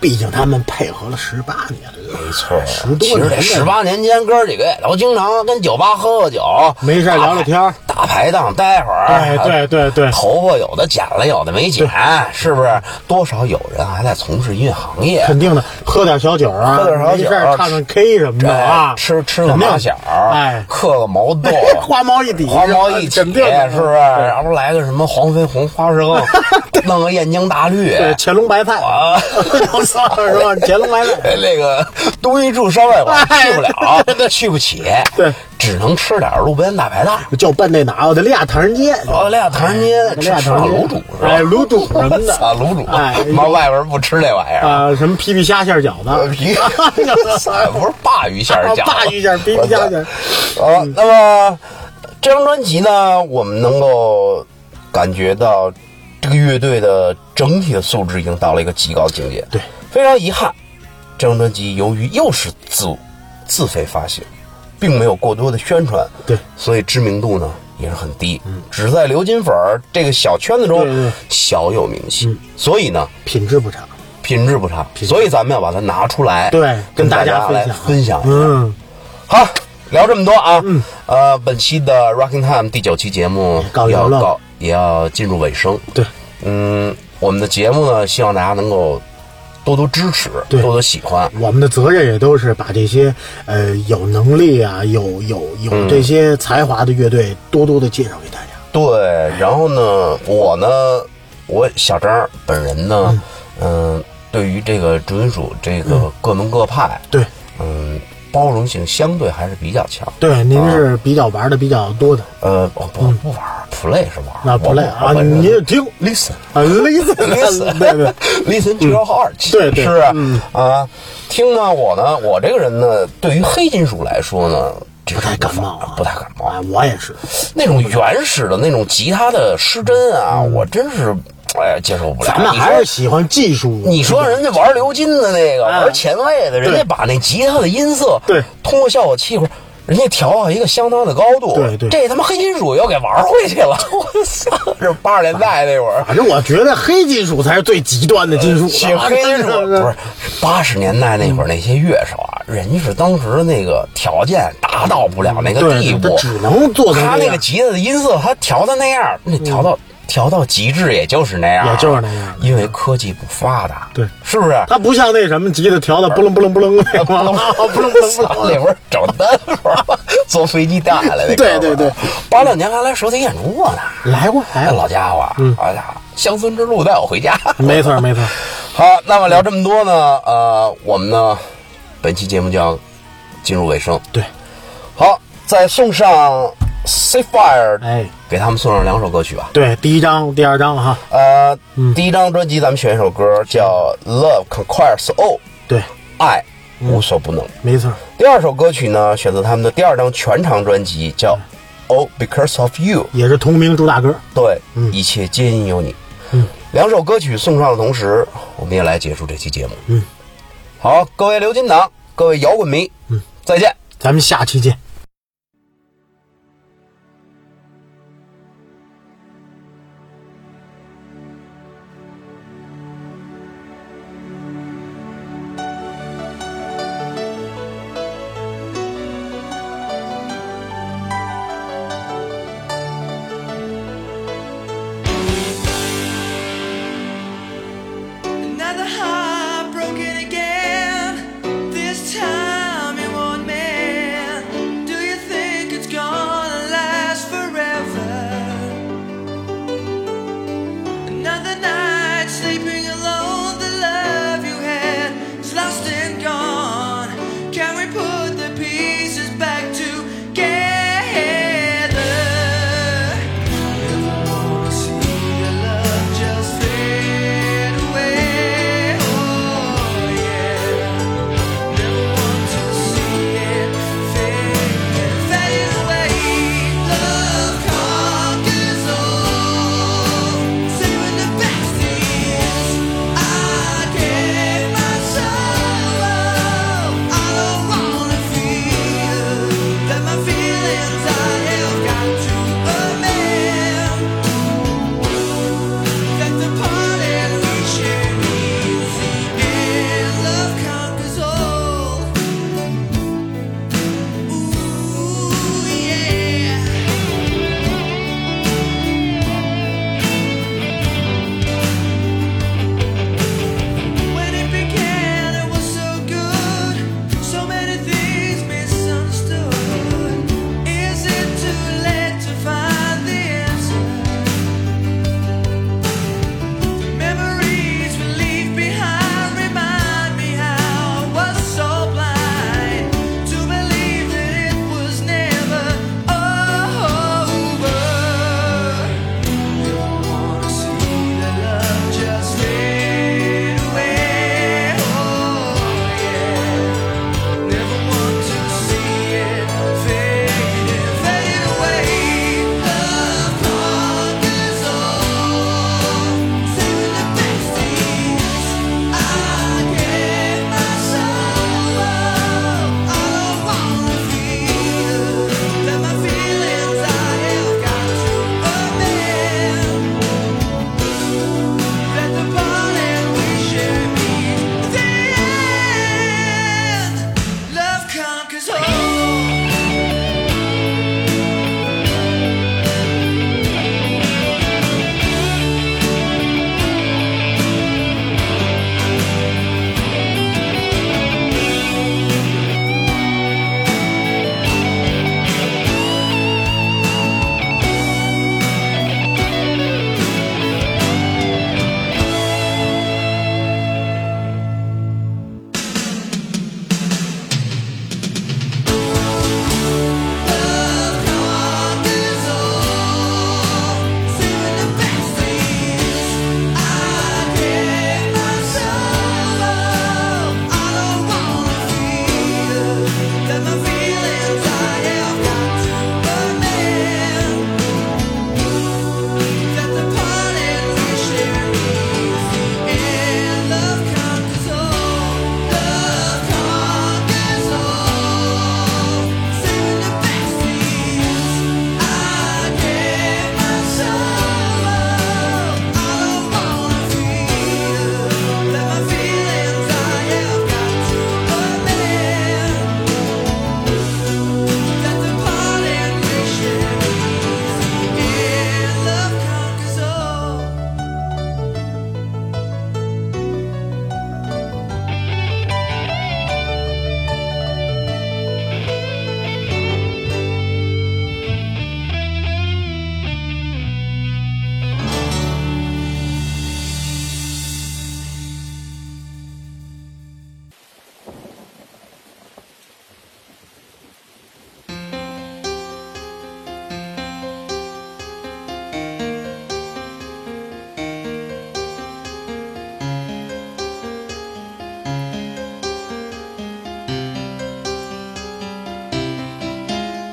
[SPEAKER 3] 毕竟他们配合了十八年了，
[SPEAKER 2] 没错儿。
[SPEAKER 3] 10多
[SPEAKER 2] 其实
[SPEAKER 3] 年
[SPEAKER 2] 这
[SPEAKER 3] 了
[SPEAKER 2] 十八年间，哥儿几个也都经常跟酒吧喝喝酒，啊
[SPEAKER 3] 没事儿聊聊天儿
[SPEAKER 2] 大排大排档待会儿。啊
[SPEAKER 3] 哎，对对对，
[SPEAKER 2] 头发有的剪了，有的没剪，是不是？多少有人啊还在从事音乐行业，
[SPEAKER 3] 肯定的，喝点小酒啊，
[SPEAKER 2] 喝点小酒
[SPEAKER 3] 没事儿唱唱 K 什么
[SPEAKER 2] 这
[SPEAKER 3] 的啊，
[SPEAKER 2] 吃吃个
[SPEAKER 3] 肯定
[SPEAKER 2] 马小，
[SPEAKER 3] 哎，
[SPEAKER 2] 嗑个毛豆，
[SPEAKER 3] 花猫一底，
[SPEAKER 2] 花毛一起，是
[SPEAKER 3] 肯
[SPEAKER 2] 不
[SPEAKER 3] 定
[SPEAKER 2] 是？
[SPEAKER 3] 的
[SPEAKER 2] 然后来个什么黄飞鸿花生， 弄个燕京大绿，
[SPEAKER 3] 对，乾隆白菜，
[SPEAKER 2] 啊
[SPEAKER 3] 我操，是 吧？乾隆白菜，
[SPEAKER 2] 哎那个东一柱烧外馆
[SPEAKER 3] 哎
[SPEAKER 2] 去不 了，去不起，
[SPEAKER 3] 对，
[SPEAKER 2] 只能吃点路边大排档。哦
[SPEAKER 3] 叫奔那哪儿？澳大利亚唐人街，
[SPEAKER 2] 澳大利亚
[SPEAKER 3] 哎
[SPEAKER 2] 唐人街
[SPEAKER 3] 澳大利
[SPEAKER 2] 吃
[SPEAKER 3] 亚
[SPEAKER 2] 吃
[SPEAKER 3] 唐
[SPEAKER 2] 个卤
[SPEAKER 3] 人街
[SPEAKER 2] 煮是吧？
[SPEAKER 3] 哎卤煮什 么的
[SPEAKER 2] 啊，卤煮，
[SPEAKER 3] 哎
[SPEAKER 2] 妈外边不吃那玩意儿。
[SPEAKER 3] 啊，什么皮皮虾馅儿饺 子，啊
[SPEAKER 2] 皮，哎 不是鲅鱼馅儿饺子，
[SPEAKER 3] 鲅鱼馅儿皮皮虾馅儿嗯
[SPEAKER 2] 啊，那么这张专辑呢，我们能够感觉到这个乐队的整体的素质已经到了一个极高境界。
[SPEAKER 3] 对，
[SPEAKER 2] 非常遗憾，这张专辑由于又是自自费发行，并没有过多的宣传，
[SPEAKER 3] 对，嗯
[SPEAKER 2] 所以知名度呢也是很低，只在流金粉儿这个小圈子中
[SPEAKER 3] 对嗯对
[SPEAKER 2] 小有名气。所以呢，
[SPEAKER 3] 品质不差，
[SPEAKER 2] 品质不差，
[SPEAKER 3] 质
[SPEAKER 2] 所以咱们要把它拿出来，
[SPEAKER 3] 对，
[SPEAKER 2] 跟
[SPEAKER 3] 跟
[SPEAKER 2] 大
[SPEAKER 3] 家
[SPEAKER 2] 来分
[SPEAKER 3] 分
[SPEAKER 2] 享
[SPEAKER 3] 享，
[SPEAKER 2] 一下。
[SPEAKER 3] 嗯，
[SPEAKER 2] 好，聊这么多啊，嗯，呃，本期的 Rocking Time 第九期节目
[SPEAKER 3] 告一
[SPEAKER 2] 要
[SPEAKER 3] 段落
[SPEAKER 2] 告也要进入尾声，
[SPEAKER 3] 对，
[SPEAKER 2] 嗯，我们的节目呢，希望大家能够多多支持，
[SPEAKER 3] 对
[SPEAKER 2] 多多喜欢，
[SPEAKER 3] 我们的责任也都是把这些呃有能力啊，有有
[SPEAKER 2] 嗯
[SPEAKER 3] 有这些才华的乐队多多的介绍给大家。
[SPEAKER 2] 对，然后呢，我呢，我小张本嗯人呢，嗯、对于这个准属这个各门各派，
[SPEAKER 3] 对，
[SPEAKER 2] 嗯、包容性相对还是比较强。
[SPEAKER 3] 对，您是比较玩的比较多的
[SPEAKER 2] 呃，我不不玩儿，play 是玩儿，
[SPEAKER 3] 嗯那
[SPEAKER 2] 我
[SPEAKER 3] play
[SPEAKER 2] 我
[SPEAKER 3] 啊，
[SPEAKER 2] 我
[SPEAKER 3] 您是听
[SPEAKER 2] listen。
[SPEAKER 3] 啊，listen，对 对，
[SPEAKER 2] listen 去 hard，
[SPEAKER 3] 对对嗯
[SPEAKER 2] 是不是啊？听呢，我呢，我这个人呢，对于黑金属来说呢，这个
[SPEAKER 3] 不太感冒
[SPEAKER 2] 啊
[SPEAKER 3] 啊，
[SPEAKER 2] 不太感冒
[SPEAKER 3] 啊，。我也是，
[SPEAKER 2] 那种原始的那种吉他的失真啊，我真是哎接受不了。
[SPEAKER 3] 嗯咱们
[SPEAKER 2] 你说
[SPEAKER 3] 还是喜欢技术。
[SPEAKER 2] 你说人家玩鎏金的那个，玩前卫的，人家把那吉他的音色，
[SPEAKER 3] 嗯对
[SPEAKER 2] 通过效果器或者人家调到一个相当的高度，
[SPEAKER 3] 对对
[SPEAKER 2] 这他妈黑金属又给玩回去 了，我操！这八十年代那会儿，
[SPEAKER 3] 反正我觉得黑金属才是最极端的金属
[SPEAKER 2] 写
[SPEAKER 3] 啊，
[SPEAKER 2] 呃黑 金属
[SPEAKER 3] 真
[SPEAKER 2] 不是八十年代那会儿那些乐手啊，人家是当时那个条件达到不了那个
[SPEAKER 3] 对
[SPEAKER 2] 地
[SPEAKER 3] 他
[SPEAKER 2] 步，
[SPEAKER 3] 只能做成
[SPEAKER 2] 他
[SPEAKER 3] 这
[SPEAKER 2] 那
[SPEAKER 3] 样
[SPEAKER 2] 个吉他的音色，他调的那样，那调到调到极致也就是那样，
[SPEAKER 3] 嗯也就是那样
[SPEAKER 2] 因为科技不发达，
[SPEAKER 3] 对
[SPEAKER 2] 是不是？
[SPEAKER 3] 它不像那什么吉他调 的不楞不楞不楞那个，不楞 不楞不
[SPEAKER 2] 操
[SPEAKER 3] 楞
[SPEAKER 2] 那会儿找单活儿，坐飞机带来的。
[SPEAKER 3] 对对对，
[SPEAKER 2] 八六年还来首体演出过呢。
[SPEAKER 3] 来过来
[SPEAKER 2] 哎，
[SPEAKER 3] 过，
[SPEAKER 2] 老家伙，哎呀，乡村之路带我回家。
[SPEAKER 3] 嗯没错没错，
[SPEAKER 2] 好，那么聊这么多呢，呃，我们呢，本期节目就要进入尾声。
[SPEAKER 3] 对，
[SPEAKER 2] 好，再送上 C Fire，
[SPEAKER 3] 哎，
[SPEAKER 2] 给他们送上两首歌曲吧。
[SPEAKER 3] 对，第一章第二章哈，
[SPEAKER 2] 呃，
[SPEAKER 3] 嗯
[SPEAKER 2] 第一张专辑咱们选一首歌叫《Love Conquers All》，
[SPEAKER 3] 对，
[SPEAKER 2] 哦爱
[SPEAKER 3] 嗯
[SPEAKER 2] 无所不能。
[SPEAKER 3] 没错，
[SPEAKER 2] 第二首歌曲呢，选择他们的第二张全长专辑，叫《All Because of You》。
[SPEAKER 3] 也是同名主打歌，
[SPEAKER 2] 对，一切皆因有你。
[SPEAKER 3] 嗯，
[SPEAKER 2] 两首歌曲送上的同时，我们也来结束这期节目。
[SPEAKER 3] 嗯，
[SPEAKER 2] 好，各位流金党，各位摇滚迷，嗯，再见。
[SPEAKER 3] 咱们下期见。
[SPEAKER 4] Another heart broken again. This time it won't mend. Oh,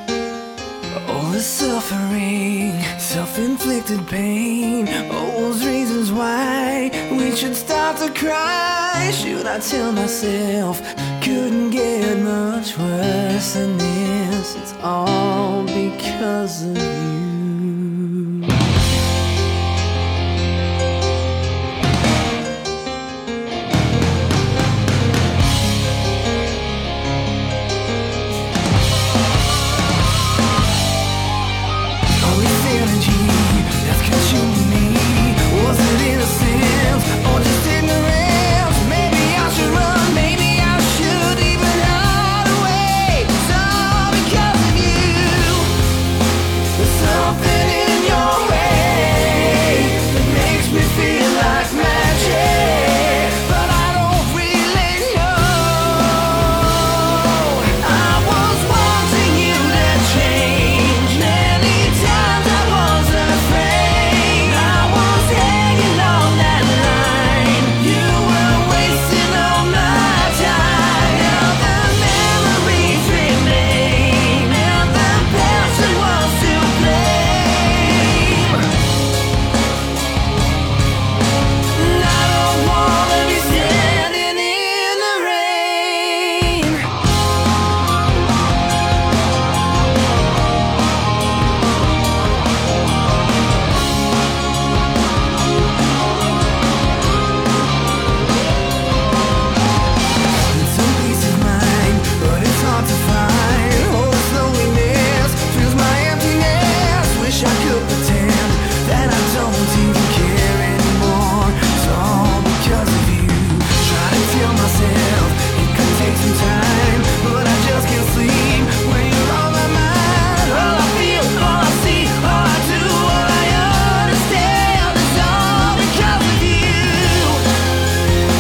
[SPEAKER 4] the suffering, self-inflicted pain, all those reasons why we should start to cry. Should I tell myself couldn't get much worse than this? It's all because of you. All this energy that's consuming me Was it innocence or just ignorance? Maybe I should run, maybe I should even hide away It's all because of you There's something in your way That makes me feel like magic But I don't really know I was wanting you to change many times I was afraid I was hanging on that line You were wasting all my time Now the memories remain And the passion was to blame And I don't wanna be standing in the rain Some peace of mind, but it's hard to find. All this loneliness fills my emptiness. Wish I could pretend that I don't even care anymore. It's all because of you. Try to tell myself it could take some time, but I just can't sleep when you're on my mind. All I feel, all I see, all I do, all I understand is all because of you.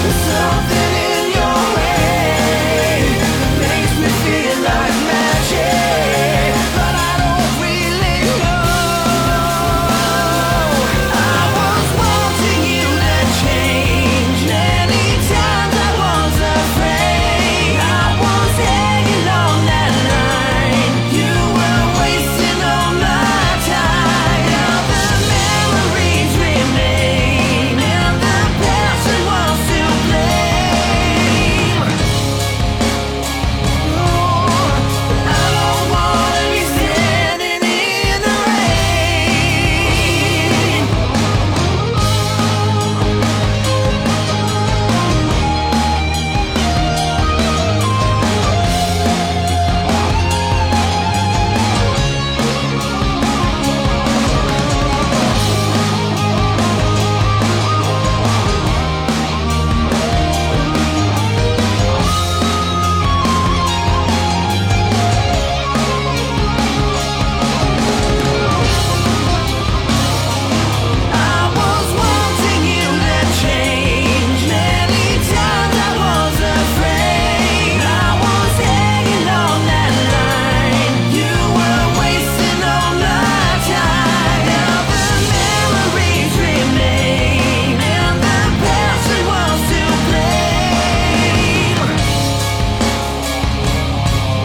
[SPEAKER 4] There's something in your way that makes me feel like magic, but I don't really know. I was wanting you to change many times. I was afraid. I was hanging on that line. You were wasting all my time. Now the memories remain, and the passion was to blame. I don't wanna be standing in the rain. I was wanting you to change many times. I was afraid. I was hanging on that line. You were wasting all my time. Now the memories remain, and the passion was to blame.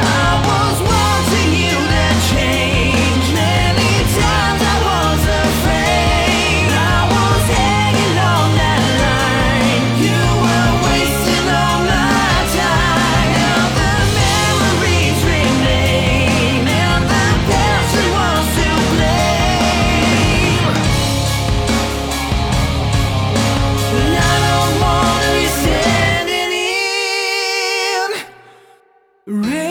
[SPEAKER 4] I was wanting you to change many times. I was afraid. I was hanging on that line. You were wasting all my time. Now the memories remain, and the passion was to blame. And I don't wanna be standing in. Rain.